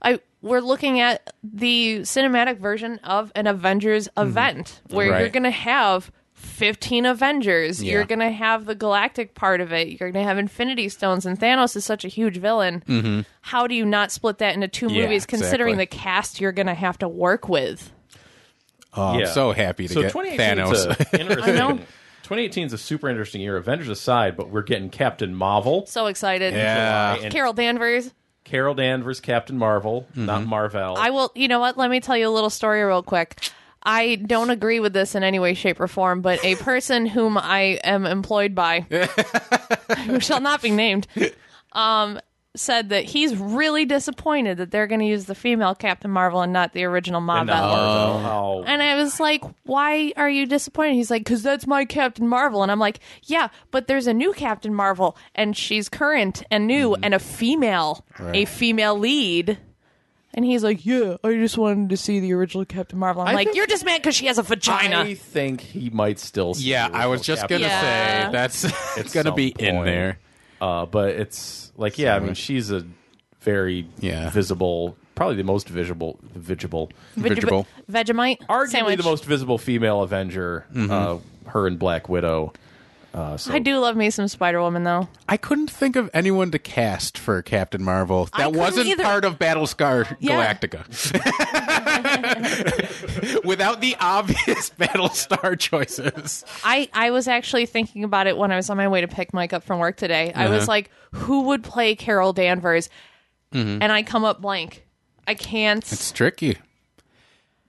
I we're looking at the cinematic version of an Avengers Mm-hmm. event where you're Right. going to have. 15 Avengers. You're Yeah. going to have the galactic part of it. You're going to have Infinity Stones, and Thanos is such a huge villain. How do you not split that into two Mm-hmm. Yeah, movies considering the exactly. cast you're going to have to work with? Oh, I'm Yeah. so happy to so get 2018 is Thanos. a interesting. 2018 is a super interesting year. Avengers aside, but we're getting Captain Marvel. So excited. Yeah. And Carol Danvers. Carol Danvers, Captain Marvel, not Marvel. I will. You know what? Let me tell you a little story real quick. I don't agree with this in any way, shape, or form, but a person whom I am employed by, who shall not be named, um, said that he's really disappointed that they're going to use the female Captain Marvel and not the original and not Marvel. Marvel. How- And I was like, "Why are you disappointed?" He's like, "Cause that's my Captain Marvel." And I'm like, "Yeah, but there's a new Captain Marvel, and she's current and new, Mm-hmm. and a female, a female lead." And he's like, "Yeah, I just wanted to see the original Captain Marvel." I'm I like, think- "You're just mad because she has a vagina." I think he might still. see yeah, the I was original just Captain gonna Yeah. say that's it's gonna some be in point. there. Uh, but it's like, yeah, I mean, she's a very Yeah. visible, probably the most visible, visible, Veg- Vegetable. Vegemite arguably sandwich. the most visible female Avenger. Uh, her and Black Widow. Uh, so I do love me some Spider Woman though. I couldn't think of anyone to cast for Captain Marvel that couldn't wasn't either. part of Battlestar Yeah. Galactica. Without the obvious Battlestar choices. I, I was actually thinking about it when I was on my way to pick Mike up from work today. I Uh-huh. was like, who would play Carol Danvers? And I come up blank. I can't. Mm-hmm. It's tricky.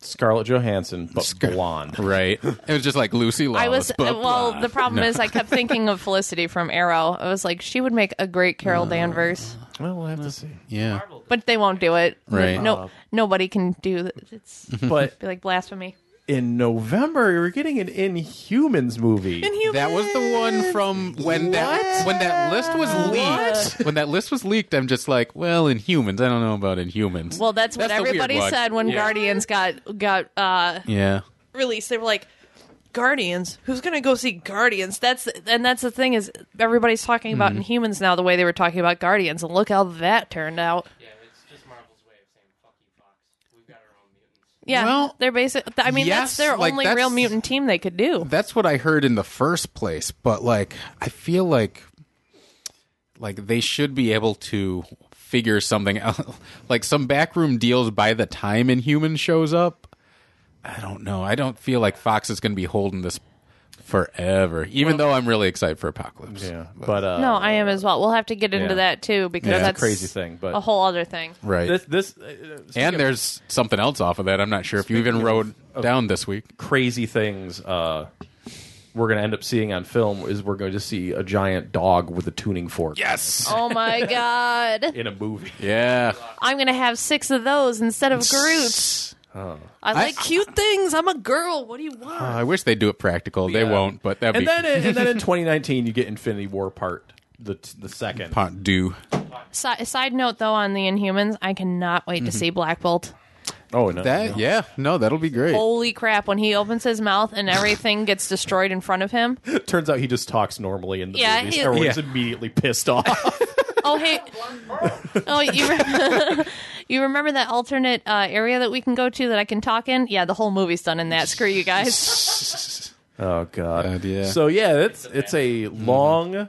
Scarlett Johansson, but blonde. Right. It was just like Lucy Lawless. I was but well. blah. The problem is, I kept thinking of Felicity from Arrow. I was like, she would make a great Carol Uh. Danvers, Well, we'll have to see. Yeah. but they won't do it. Right. Mm-hmm. No, nobody can do that. It's But be like blasphemy. in November, we're getting an Inhumans movie. That was the one from when that when that list was leaked. When that list was leaked, I'm just like, well, in humans, I don't know about in humans. Well, that's what That's the weird everybody one. said when Guardians got got uh, yeah. released. They were like, Guardians. Who's gonna go see Guardians? That's and that's the thing is everybody's talking about Mm-hmm. Inhumans now the way they were talking about Guardians, and look how that turned out. Yeah, it's just Marvel's way of saying fuck you, Fox. We've got our own mutants. Yeah, Well, they're basic. I mean, yes, that's their like, only that's- real mutant team they could do. That's what I heard in the first place, but like I feel like like they should be able to figure something out. like some backroom deals by the time Inhuman shows up. I don't know. I don't feel like Fox is going to be holding this forever, even though I'm really excited for Apocalypse. Yeah, but uh, No, I am as well. We'll have to get into Yeah. that too because Yeah. that's crazy thing. But a whole other thing. Right. this this uh, and there's something else off of that. I'm not sure if you even wrote down this week. crazy things uh, we're going to end up seeing on film is we're going to see a giant dog with a tuning fork Yes. Oh my god! in a movie. Yeah. I'm gonna have six of those instead of Groot. Oh. I like cute things. I'm a girl. What do you want? I wish they'd do it practical. They Yeah. won't, but that'd And be then and then in 2019 you get Infinity War part the the second. pot do. Si- side note though on the Inhumans, I cannot wait Mm-hmm. to see Black Bolt. Oh no. That yeah, no, that'll be great. Holy crap! When he opens his mouth and everything gets destroyed in front of him. Turns out he just talks normally in the Yeah, movies. he- Everyone's Yeah. immediately pissed off. Oh hey, oh you. Re- You remember that alternate uh, area that we can go to that I can talk in? Yeah, the whole movie's done in that. Screw you guys. oh god. God, yeah. So yeah, it's it's a long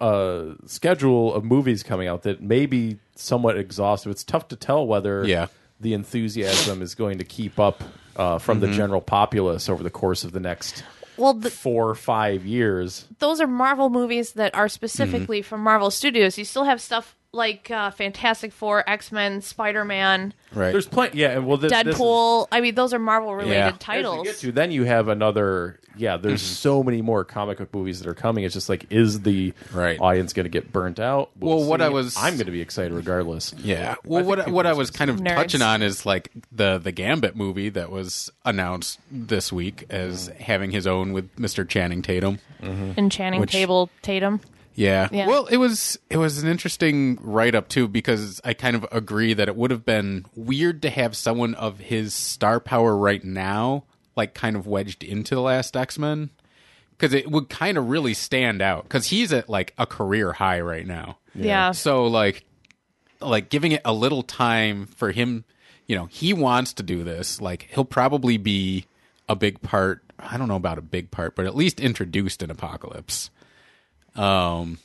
uh, schedule of movies coming out that may be somewhat exhaustive. It's tough to tell whether Yeah. the enthusiasm is going to keep up uh, from Mm-hmm. the general populace over the course of the next Well, the, four or five years. Mm-hmm. those are Marvel movies that are specifically from Marvel Studios. You still have stuff like uh, Fantastic Four, X Men, Spider Man, Right. There's plenty. Yeah, and well, this, this is- Deadpool. I mean, those are Marvel related Yeah. as we get titles. to, then you have another. Yeah, there's Mm-hmm. so many more comic book movies that are coming. It's just like, is the Right. audience going to get burnt out? Well, what see. I was- I'm going to be excited regardless. Yeah. Well, think what people what I just was kind of Nerds. touching on is like the the Gambit movie that was announced this week as having his own with Mr. Channing Tatum. And Channing Which- Table Tatum. Yeah. Yeah. Well, it was it was an interesting write up too because I kind of agree that it would have been weird to have someone of his star power right now like kind of wedged into the last X Men because it would kind of really stand out because he's at like a career high right now. Yeah. So like like giving it a little time for him, you know, he wants to do this. Like he'll probably be a big part, I don't know about a big part, but at least introduced in Apocalypse. Um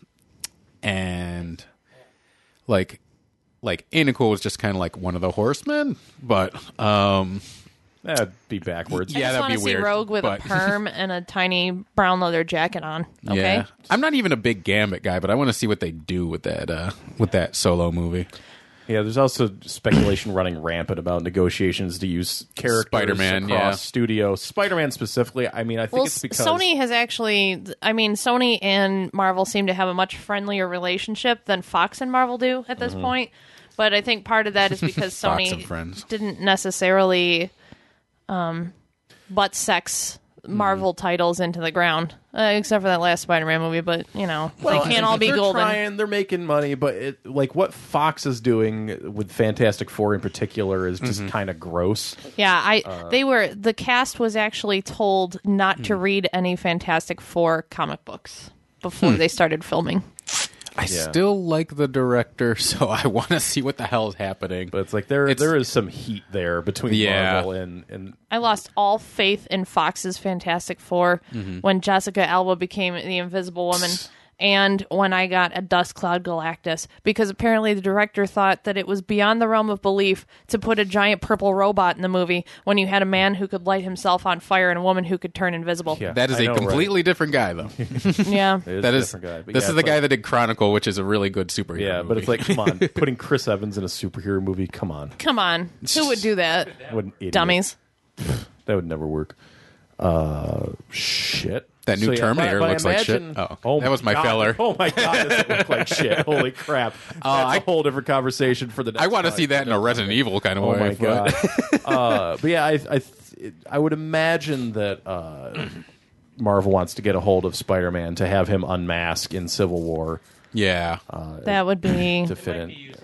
and like like Anakin was just kind of like one of the horsemen, but um That'd be backwards. I Yeah, just that'd wanna be see weird, Rogue with but- a perm and a tiny brown leather jacket on. Okay. yeah. I'm not even a big Gambit guy, but I want to see what they do with that uh with that solo movie. Yeah, there's also speculation running rampant about negotiations to use characters Spider-Man, across yeah. studio. Spider-Man specifically. I mean, I think Well, it's S- because Sony has actually, I mean, Sony and Marvel seem to have a much friendlier relationship than Fox and Marvel do at this point. But I think part of that is because Mm-hmm. Fox and Sony Friends. didn't necessarily um, butt sex Mm. Marvel titles into the ground, uh, except for that last Spider Man movie. But, you know, Well, they I mean, can't all be they're golden. Trying, they're making money, but it, like what Fox is doing with Fantastic Four in particular is Mm-hmm. just kind of gross. Yeah, I Uh, they were the cast was actually told not to Hmm. read any Fantastic Four comic books Hmm. before they started filming. I still like the director, so I want to see what the hell's happening. But it's like there It's- there is some heat there between Yeah. Marvel and and I lost all faith in Fox's Fantastic 4 Mm-hmm. when Jessica Alba became the Invisible Woman and when I got a Dust Cloud Galactus because apparently the director thought that it was beyond the realm of belief to put a giant purple robot in the movie when you had a man who could light himself on fire and a woman who could turn invisible. yeah, That is I a know, right? completely different guy, though. Yeah. It That a is different guy, but this yeah, is the it's guy like- that did Chronicle, which is a really good superhero. yeah, but it's movie. like come on, putting Chris Evans in a superhero movie, come on, Come on. Who would do that? what an idiot. Dummies. That would never work. Uh, shit. That new yeah, Terminator but- but looks like shit. imagine- Oh, that was my god. feller. Oh my god, this looked like shit. Holy crap! That's I- a whole different conversation for the. Next I want to time. see that in a Resident Evil kind of Oh way. my but- god. uh, but yeah, I I th- it- I would imagine that uh, Marvel wants to get a hold of Spider-Man to have him unmask in Civil War yeah, Uh, That would be to fit in.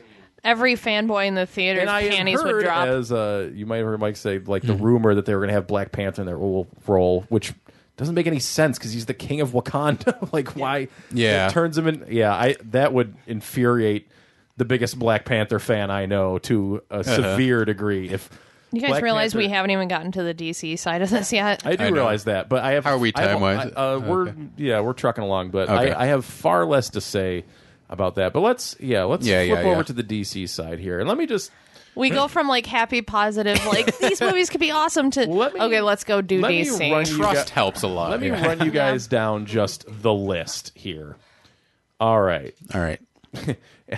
every fanboy in the theater's And I had panties heard, would drop. as uh, you might have heard Mike say, like the rumor that they were going to have Black Panther in their ro- role, which doesn't make any sense because he's the king of Wakanda. like, why? Yeah. it turns him in. Yeah, I that would infuriate the biggest Black Panther fan I know to Uh-huh. a severe degree. If You guys Black realize we Panther- haven't even gotten to the DC side of this yet. I do I know. realize that, but I have. How are we I have- time-wise? I- Uh, we're yeah, we're trucking along, but Okay. I, I have far less to say about that. But let's yeah, let's Yeah, flip yeah, over yeah. to the DC side here, and let me just we go from like happy, positive, like these movies could be awesome to Let me- okay, let's go do let me DC. run you trust got- helps a lot. Let me yeah. run you guys down just the list here. All right. All right,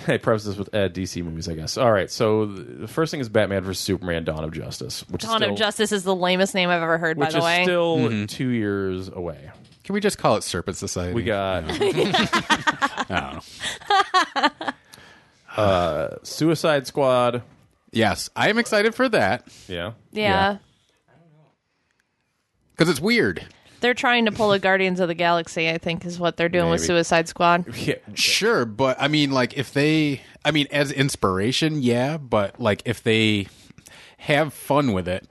I preface this with uh, DC movies, I guess. All right. So the first thing is Batman vs Superman: Dawn of Justice, which Dawn is still, of Justice is the lamest name I've ever heard, which by the is way. still two years away. can we just call it Serpent Society? We got Oh. Uh, Suicide Squad. Yes, I am excited for that Yeah. yeah. yeah. because it's weird. They're trying to pull a Guardians of the Galaxy, I think, is what they're doing with Maybe. Suicide Squad. Yeah. Sure, but I mean, like, if they, I mean, as inspiration, yeah, but like, if they have fun with it,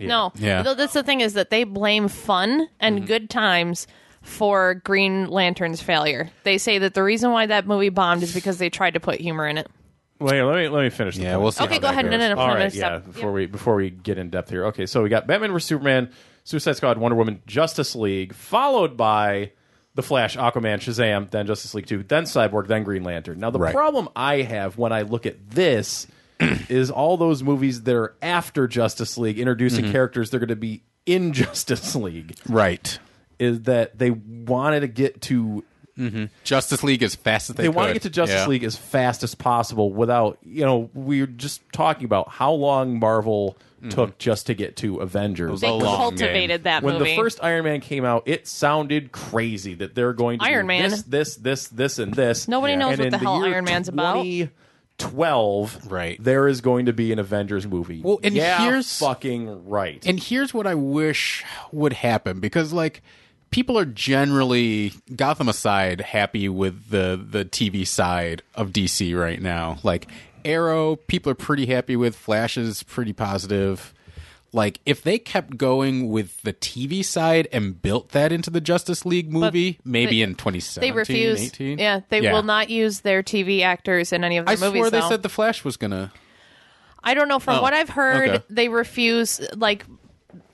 No. Yeah. Though That's the thing is that they blame fun Mm-hmm. and good times for Green Lantern's failure. They say that the reason why that movie bombed is because they tried to put humor in it. Wait. Let me let me finish. the yeah, point. we'll see. Okay, how go that ahead. No, goes. no, no. All I'm right, gonna yeah. stop. Before we before we get in depth here, okay. So we got Batman vs Superman, Suicide Squad, Wonder Woman, Justice League, followed by the Flash, Aquaman, Shazam, then Justice League Two, then Cyborg, then Green Lantern. Now the Right. problem I have when I look at this is all those movies that are after Justice League introducing characters they're going to be in Justice League Right. is that they wanted to get to Justice League as fast as they, they want to could. get to Justice Yeah. League as fast as possible without, you know, we are just talking about how long Marvel Mm-hmm. took just to get to Avengers. They a long cultivated game. that when movie. the first Iron Man came out, it sounded crazy that they're going to Iron do Man. this, this, this, this, and this. Nobody knows And what in the hell year Iron Man's about. 2012, Right. There is going to be an Avengers movie. Well, and yeah, here's- fucking right. And here's what I wish would happen because like people are generally Gotham aside happy with the the TV side of DC right now. Like Arrow, people are pretty happy with Flash is pretty positive. Like if they kept going with the TV side and built that into the Justice League movie, maybe they- in 2017, they refuse. 18? Yeah, they will not use their TV actors in any of I their movies. swear they now. said the Flash was gonna. I don't know. From Oh, what I've heard, okay. they refuse. Like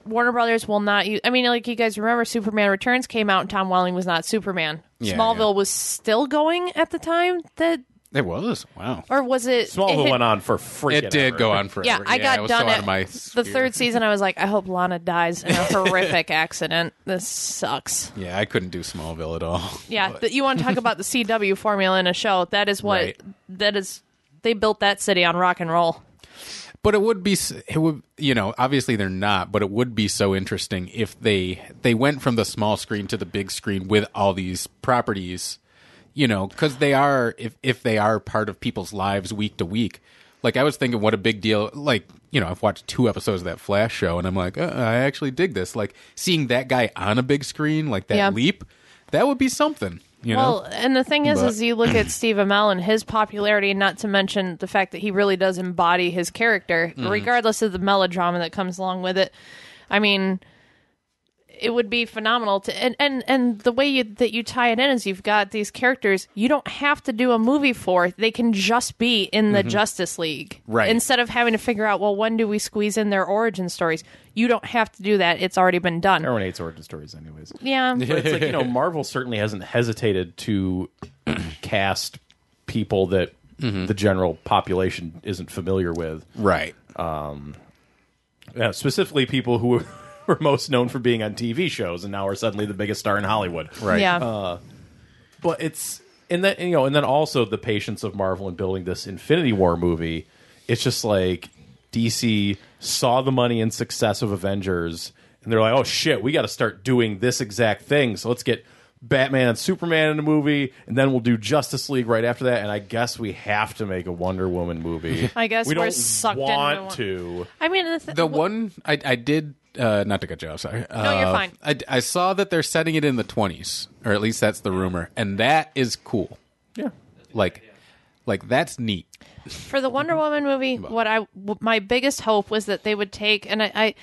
Warner Brothers will not use. I mean, like you guys remember, Superman Returns came out, and Tom Welling was not Superman. Yeah, Smallville yeah. was still going at the time that, It was wow. or was it? Smallville it hit- went on for freaking. It did ever. go on forever. Yeah, I got it was done so at out of my the sphere. third season. I was like, I hope Lana dies in a horrific accident. This sucks. Yeah, I couldn't do Smallville at all. Yeah, that you want to talk about the CW formula in a show? That is what Right. that is. They built that city on rock and roll. but it would be s- it would you know obviously they're not but it would be so interesting if they they went from the small screen to the big screen with all these properties you know because they are if if they are part of people's lives week to week like i was thinking what a big deal like you know i've watched two episodes of that flash show and i'm like uh, i actually dig this like seeing that guy on a big screen like that Yeah. leap that would be something you Well, know and the thing is, But- is you look at Steve Amell and his popularity, not to mention the fact that he really does embody his character, Mm-hmm. regardless of the melodrama that comes along with it. I mean, it would be phenomenal to and and and the way you that you tie it in is you've got these characters you don't have to do a movie for; they can just be in the Justice League, Mm-hmm. Right. Instead of having to figure out, well, when do we squeeze in their origin stories? You don't have to do that; it's already been done. Everyone hates origin stories, anyways. Yeah, But it's like you know, Marvel certainly hasn't hesitated to cast people that the general population isn't familiar with. right Yeah, specifically, people who were most known for being on TV shows and now are suddenly the biggest star in Hollywood. Right. Uh, yeah. But it's and then you know, and then also the patience of Marvel in building this Infinity War movie. It's just like DC saw the money and success of Avengers, and they're like, "Oh shit, we got to start doing this exact thing." So let's get Batman and Superman in a movie, and then we'll do Justice League right after that. And I guess we have to make a Wonder Woman movie. I guess we we're don't sucked into want one- to. I mean, the, th- the well- one I, I did uh, not to cut you off. Sorry. No, you're fine. I, I saw that they're setting it in the twenties, or at least that's the rumor, and that is cool. Yeah. Like, like that's neat. for the Wonder Woman movie, what I w- my biggest hope was that they would take and I, I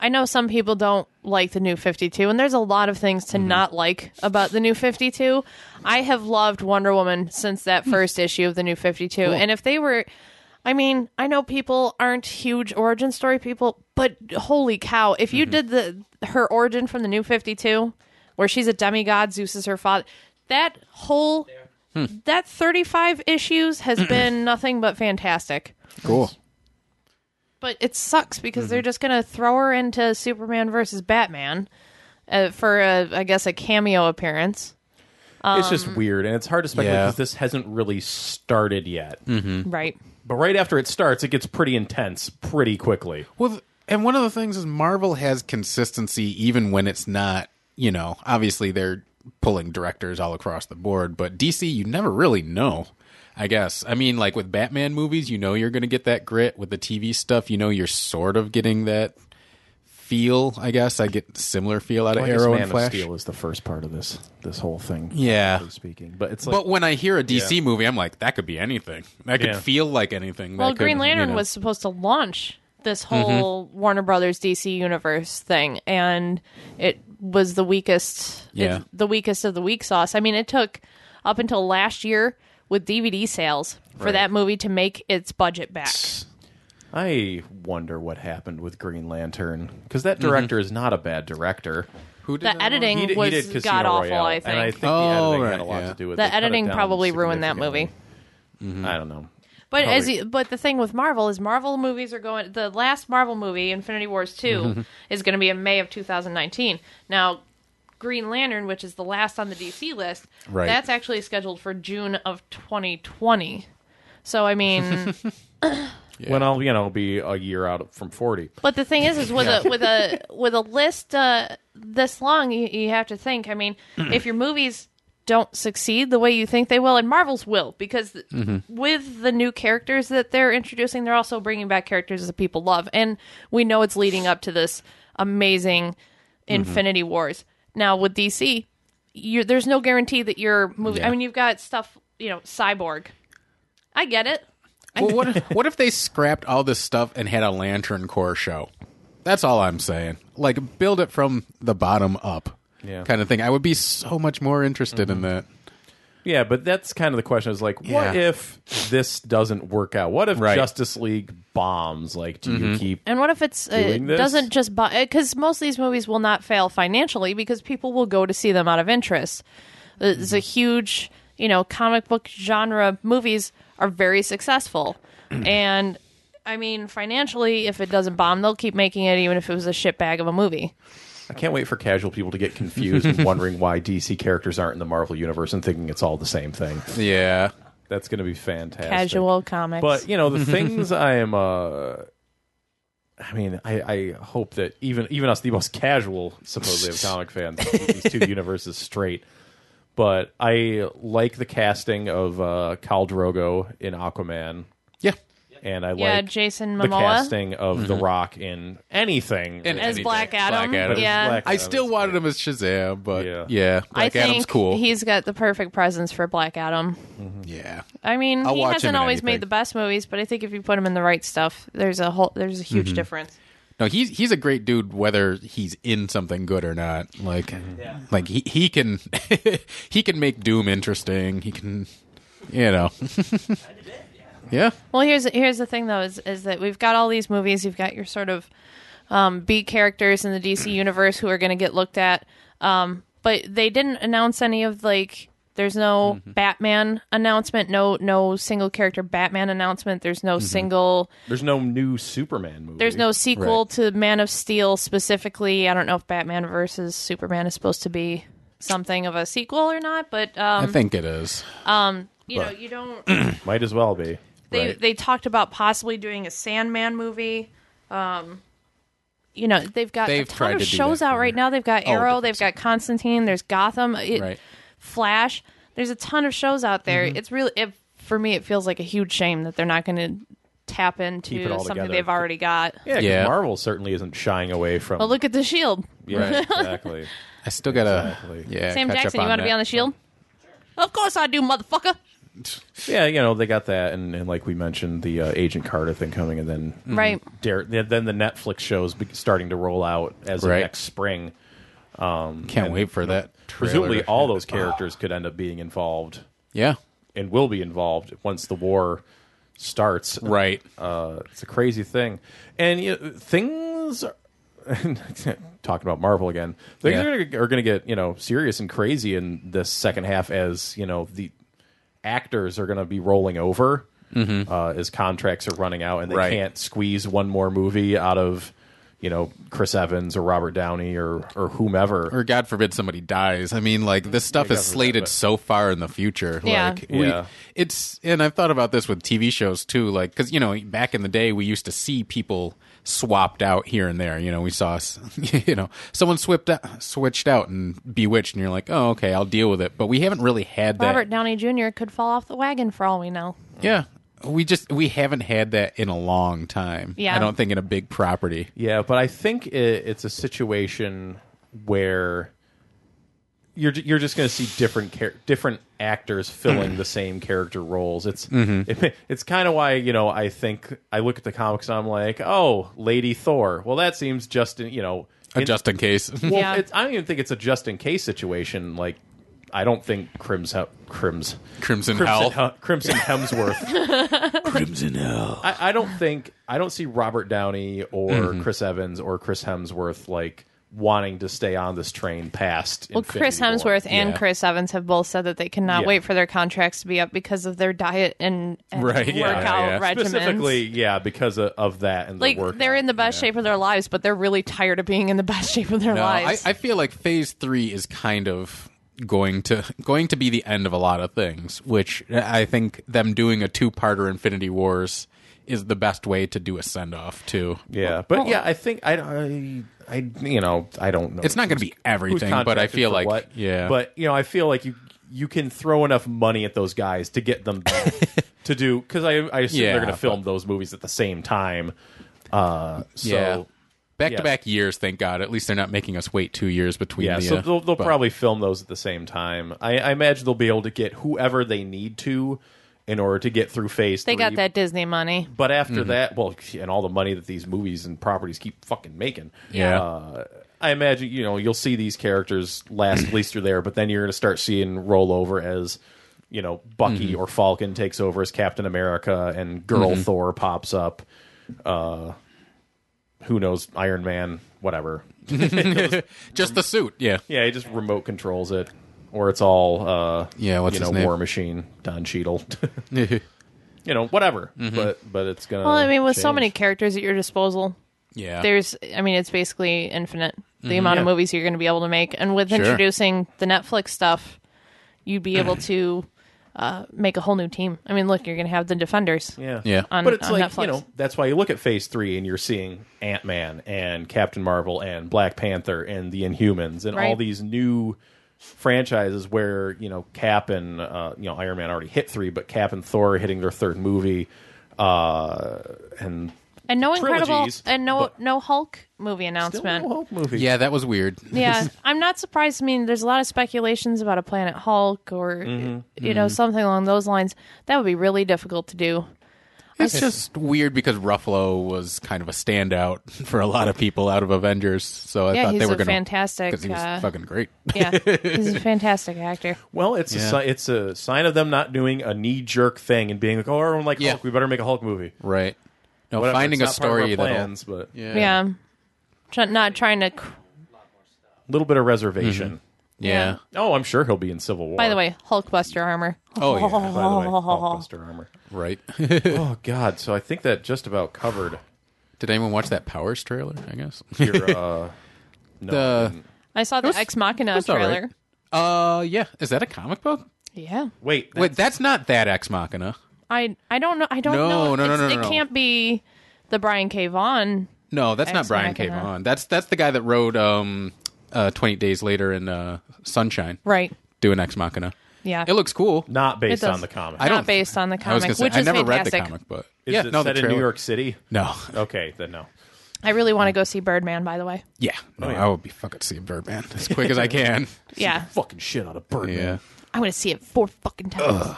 I know some people don't like the new 52 and there's a lot of things to not like about the new 52. I have loved Wonder Woman since that first issue of the new 52 and if they were I mean, I know people aren't huge origin story people, but holy cow, if you did the her origin from the new 52 where she's a demigod, Zeus is her father, that whole that 35 issues has been nothing but fantastic. Cool. But it sucks because they're just going to throw her into Superman versus Batman uh, for, a, I guess, a cameo appearance. it's just Um, weird, and it's hard to speculate Yeah. because this hasn't really started yet. Right. But right after it starts, it gets pretty intense pretty quickly. Well, th- and one of the things is Marvel has consistency even when it's not. You know, obviously they're pulling directors all across the board, but DC, you never really know. I guess. I mean, like with Batman movies, you know you're going to get that grit. With the TV stuff, you know you're sort of getting that feel. I guess I get similar feel out of Arrow and Flash. Steel is the first part of this this whole thing. Yeah. speaking, but it's like But when I hear a DC movie, I'm like, that could be anything. That could Yeah. feel like anything. That Well, could, Green you Lantern know. was supposed to launch this Mm-hmm. whole Warner Brothers DC Universe thing, and it was the weakest, it- Yeah. the weakest of the weak sauce. I mean, it took up until last year with DVD sales for that movie to make its budget back. I wonder what happened with Green Lantern because Mhm. that director is not a bad director. Who did The that editing He, did- he was did Casino god awful. Royale, I think. and I think the Oh, editing had right, a lot yeah. to do with it. The They cut it editing down probably ruined that significantly. Mm-hmm. I don't know. But as Probably. you, but the thing with Marvel is Marvel movies are going. The last Marvel movie, Infinity Wars two, is going to be in May of 2019. Now, Green Lantern, which is the last on the DC list, Right. that's actually scheduled for June of 2020. So I mean, When I'll you know be a year out from forty. but the thing is, is with a with a with a list uh, this long, you, you have to think. I mean, if your movies don't succeed the way you think they will, and Marvel's will, because th- with the new characters that they're introducing, they're also bringing back characters that people love, and we know it's leading up to this amazing Infinity Wars. Now with DC, you there's no guarantee that your movie. I Yeah. mean, you've got stuff, you know, Cyborg. I get it. Well, what if, what if they scrapped all this stuff and had a Lantern Corps show? That's all I'm saying. Like build it from the bottom up, Yeah. kind of thing. I would be so much more interested in that. Yeah, but that's kind of the question is like, what Yeah. if this doesn't work out? What if Right. Mm-hmm. Justice League bombs? Like, do you keep And what if it's uh, Doing this? doesn't just buy because most of these movies will not fail financially because people will go to see them out of interest. It's a Mm-hmm. huge, you know, comic book genre movies are very successful, and I mean financially, if it doesn't bomb, they'll keep making it even if it was a shit bag of a movie. I can't wait for casual people to get confused and wondering why DC characters aren't in the Marvel universe and thinking it's all the same thing. Yeah, That's going to be fantastic. Casual comics, But, you know, the things I am uh I mean, I, I hope that even even us the most casual supposedly of comic fans keep these two universes straight. But I like the casting of uh Khal Drogo in Aquaman yeah. and I yeah, like Jason the Momoa casting of The Rock in anything. And- as Black Black Adam. Adam. Yeah, Black I Adam's still wanted him as Shazam, but Yeah. yeah, I Black think Adam's cool. he's got the perfect presence for Black Adam. yeah, I mean, I'll he watch him hasn't in always anything. made the best movies, but I think if you put him in the right stuff, there's a whole there's a Mm-hmm. huge difference. no, he's he's a great dude, whether he's in something good or not. Like, like he he can he can make Doom interesting. He can, you know, yeah. Well, here's here's the thing though is is that we've got all these movies. You've got your sort of um, B characters in the DC universe who are going to get looked at, um, but they didn't announce any of like. There's no Mm-hmm. Batman announcement. No no single character Batman announcement. There's no single. There's no new Superman movie. There's no sequel Mm-hmm. Right. to Man of Steel specifically. I don't know if Batman versus Superman is supposed to be something of a sequel or not, but um, I think it is. you know, But- you don't. Might as well be. They Right. they talked about possibly doing a Sandman movie. Um, you know, they've got They've a tried ton of to do shows that out for- right now. They've got Arrow, different they've got Constantine, there's Gotham, it, Right. Mm-hmm. Flash. There's a ton of shows out there. It's really it, for me. It feels like a huge shame that they're not going to tap into Keep it all something together. they've already got. Yeah, 'cause Yeah. Marvel certainly isn't shying away from. But look at the Shield. yeah, exactly. I still gotta. Exactly. Yeah, Sam catch up Jackson, you on want to be that. on the Shield? Of course I do, motherfucker. Yeah, you know they got that, and, and like we mentioned, the uh, Agent Carter thing coming, and then Mm-hmm. Right. Dare, then the Netflix shows be- starting to roll out as of Right. next spring. Can't wait for that. trailer. Presumably, all those characters could end up being involved Yeah. and will be involved once the war starts. Right. Uh, it's a crazy thing, and you know, things. Are, talking about Marvel again, things Yeah. are, gonna- are going to get you know serious and crazy in this second half as you know the actors are going to be rolling over uh, as contracts are running out and they Mm-hmm. Right. can't squeeze one more movie out of you know Chris Evans or Robert Downey or or whomever. or God forbid somebody dies. I mean, like this stuff Yeah, is God forbid, slated but- so far in the future. Yeah. Like, we- Yeah. it's and I've thought about this with TV shows too. Like, because you know, back in the day, we used to see people swapped out here and there. You know, we saw, s- you know, someone swapped out, switched out and bewitched, and you're like, oh, okay, I'll deal with it. But we haven't really had that. Robert Downey Jr. could fall off the wagon for all we know. Yeah. We just we haven't had that in a long time. Yeah. I don't think in a big property. Yeah, but I think it, it's a situation where you're ju- you're just going to see different char- different actors filling the same character roles. It's it- it's kind of why you know I think I look at the comics and I'm like, oh, Lady Thor. Well, that seems just in, you know Uh, in- just in case. well, Yeah. it's, I don't even think it's a just in case situation. Like, I don't think Crims Crims Crimson, Crimson, Hell. Hel- Crimson Hemsworth. Crimson Hell. Mm-hmm. I, I don't think I don't see Robert Downey or Chris Evans or Chris Hemsworth like wanting to stay on this train past. Well, Chris Infinity War. Hemsworth and Yeah. Chris Evans have both said that they cannot Yeah. wait for their contracts to be up because of their diet and, and Right, workout yeah, yeah. regimens. specifically, yeah, because of, of that and like the work. they're in the best shape of their lives, but they're really tired of being in the best shape of their No, I, lives. I feel like phase three is kind of going to going to be the end of a lot of things, which I think them doing a two parter Infinity Wars is the best way to do a send off too. Yeah, but yeah, I think I, I, I, you know, I don't know. It's not going to be who's everything, but I contracted feel for like what. yeah, But you know, I feel like you you can throw enough money at those guys to get them back to do because I I assume Yeah, they're going to film but- those movies at the same time. Uh, so yeah. yeah, Back to back years, thank God. At least they're not making us wait two years between. the, so uh, they'll, they'll but- probably film those at the same time. I, I imagine they'll be able to get whoever they need to in order to get through phase. they got three, that Disney money. But after Mm-hmm. that, well, and all the money that these movies and properties keep fucking making, Yeah. Uh, I imagine you know you'll see these characters last at least through there, but then you're going to start seeing rollover as you know Bucky Mm-hmm. or Falcon takes over as Captain America, and Girl Thor pops up. Uh, who knows? Iron Man, whatever. just the suit. Yeah, Yeah, he just remote controls it, or it's all uh, Yeah, what's you his know name? War Machine Don Cheadle. you know, whatever. Mm-hmm. But but it's gonna. Well, I mean, with so change. many characters at your disposal, yeah. there's I mean, it's basically infinite the amount of Mm-hmm. Yeah. movies you're going to be able to make, and with Sure. introducing the Netflix stuff, you'd be able to uh, make a whole new team. I mean, look, you're going to have the Defenders. Yeah. Yeah. On- but it's on like, Netflix. you know, that's why you look at phase three and you're seeing Ant Man and Captain Marvel and Black Panther and the Inhumans and all Right. these new franchises where, you know, Cap and, uh, you know, Iron Man already hit three, but Cap and Thor are hitting their third movie. Uh, and and no incredible trilogies, and no but- no Hulk movie still announcement. no Hulk movie. yeah, that was weird. yeah, I'm not surprised. I mean, there's a lot of speculations about a Planet Hulk or Mm-hmm. you know something along those lines. That would be really difficult to do. It's just weird because Ruffalo was kind of a standout for a lot of people out of Avengers, so I yeah, thought he's they were a going to fantastic. because he was uh, fucking great. yeah, he's a fantastic actor. Well, it's Yeah. a si- it's a sign of them not doing a knee jerk thing and being like, oh, everyone like Yeah. Hulk, we better make a Hulk movie. Right. No, Whatever, finding a it's not part of our story that plans, but yeah. Yeah, Try- not trying to. cr- little bit of reservation. Yeah. Oh, I'm sure he'll be in Civil War. By the way, Hulkbuster armor. Oh yeah. by the way, Hulkbuster armor. Right. Oh God! So I think that just about covered Did anyone watch that Powers trailer? I guess. your. Uh, no, The- I didn't. I saw the was- Ex Machina was all right. trailer. uh, yeah. Is that a comic book? Yeah, wait, Wait, that's not that Ex Machina. I I don't know. I don't No, know. no, no, It's- no, It no. can't be the Brian K. Vaughan. No, that's not Ex Brian K. Machina. Vaughan. That's that's the guy that wrote um, uh, Twenty Days Later and uh, Sunshine. Right. Doing Ex Machina. Yeah. It looks cool. not based It does. on the comic. I don't not based on the I was comic, gonna say which I is never fantastic. read the comic, but Is yeah, it no, set the in New trailer- York City? No, Okay, then no. I really want to go see Birdman, by the way. yeah, Oh, no, I will be fucking seeing Birdman as quick as I can. Yeah. Fucking shit out of Birdman. yeah, I want to see it four fucking times.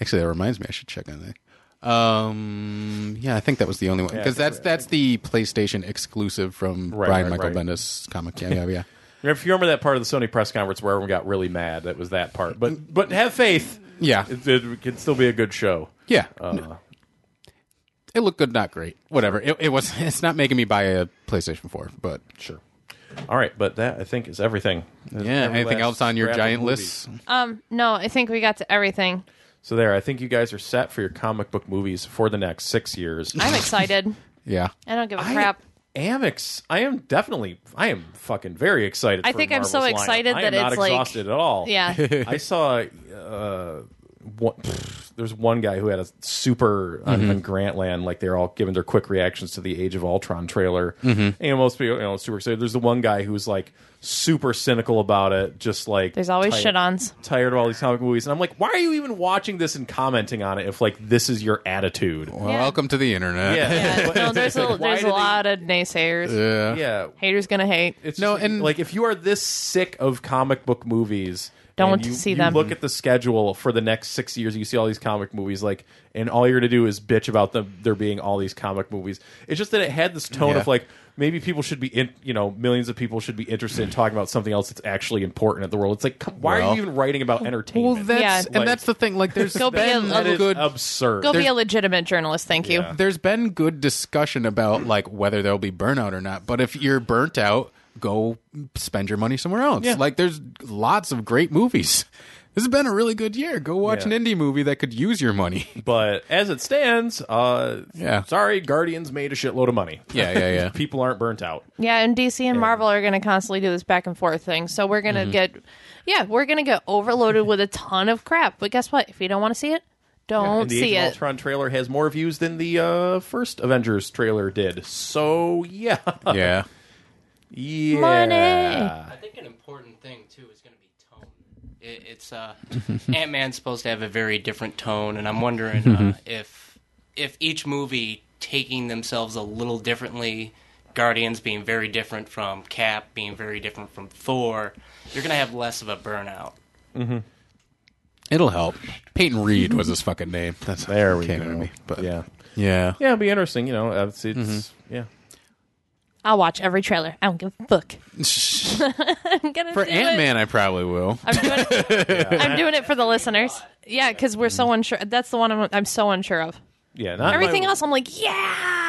actually, that reminds me, I should check on that. Um, yeah, I think that was the only one because that's that's the PlayStation exclusive from Right, Brian right, Michael right. Bendis comic. Yeah, yeah, yeah. If you remember that part of the Sony press conference where everyone got really mad, that was that part. But but have faith. Yeah. It, it can still be a good show. Yeah, Uh, it looked good, not great. Whatever. It, it was. It's not making me buy a PlayStation Four, but Sure. All right, but that I think is everything. yeah. Every Anything last else on your scrap of giant movie. list? Um, no, I think we got to everything. So there, I think you guys are set for your comic book movies for the next six years. I'm excited. Yeah. I don't give a crap. I am ex- I am definitely. I am fucking very excited. I for think I'm so Marvel's lineup. excited I that am not it's like- exhausted at all. Yeah. I saw. Uh, one, pfft, there's one guy who had a super on, on Grantland, like they're all giving their quick reactions to the Age of Ultron trailer. And you know, most people, you know, super excited. There's the one guy who's like super cynical about it, just like There's always tired- shit ons. Tired of all these comic movies, and I'm like, why are you even watching this and commenting on it if like this is your attitude? Well, Yeah. welcome to the internet. Yeah. No, there's a, Why there's do a they- lot of naysayers. Yeah. yeah. Haters gonna hate. It's No, no, like, and- and like if you are this sick of comic book movies, Don't and want to you- see you them. Look at the schedule for the next six years. You see all these comic movies, like, and all you're to do is bitch about them. There being all these comic movies. It's just that it had this tone Yeah. of like maybe people should be in, you know, millions of people should be interested in talking about something else that's actually important in the world. It's like, come- why Well- are you even writing about entertainment? Well, that's Yeah. and Like- that's the thing. Like, there's Go be a- been a- That is good. absurd. Go be a legitimate journalist, thank you. Yeah. there's been good discussion about like whether there'll be burnout or not. But if you're burnt out, go spend your money somewhere else. Yeah. Like there's lots of great movies. This has been a really good year. Go watch Yeah. an indie movie that could use your money. But as it stands, uh, Yeah. sorry, Guardians made a shitload of money. Yeah, yeah, yeah. People aren't burnt out. Yeah, and DC and Marvel are going to constantly do this back and forth thing. So we're going to Mm-hmm. get, yeah, we're going to get overloaded with a ton of crap. But guess what? If you don't want to see it, don't and the see Age of it. Ultron trailer has more views than the uh, first Avengers trailer did. So yeah, yeah. yeah. Money. I think an important thing too is going to be tone. It, it's uh, Ant Man's supposed to have a very different tone, and I'm wondering uh, if if each movie taking themselves a little differently. Guardians being very different from Cap, being very different from Thor, you're gonna have less of a burnout. It'll help. Peyton Reed was his fucking name. That's There we came go. to me, but yeah, yeah. yeah, it'll be interesting. You know, uh, it's, it's yeah. I'll watch every trailer. I don't give a fuck. I'm gonna For do Ant it. Man, I probably will. I'm doing it. I'm doing it for the listeners. Yeah, because we're so unsure. That's the one I'm, I'm so unsure of. Yeah, not in Everything my, else, I'm like, yeah.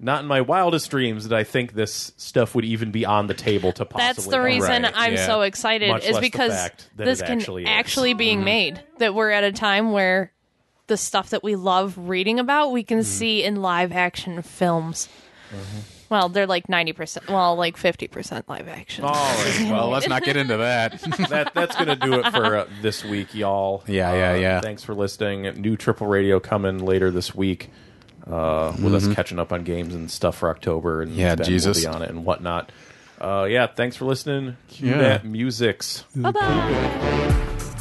Not in my wildest dreams did I think this stuff would even be on the table to possibly. That's the reason Right, I'm yeah. so excited Much less is the because fact that this it can actually actually, Mm-hmm. is. being made. That we're at a time where the stuff that we love reading about, we can see in live action films. Mm-hmm. Well, they're like ninety percent. Well, like fifty percent live action. All right, Well, well, let's not get into that. that, that's going to do it for uh, this week, y'all. Yeah, yeah, Uh, yeah. Thanks for listening. New Triple Radio coming later this week uh, with us catching up on games and stuff for October. And Mm-hmm. Yeah, Ben Jesus. will be on it and whatnot. Uh, yeah, thanks for listening. Cue Yeah. that musics. Bye bye.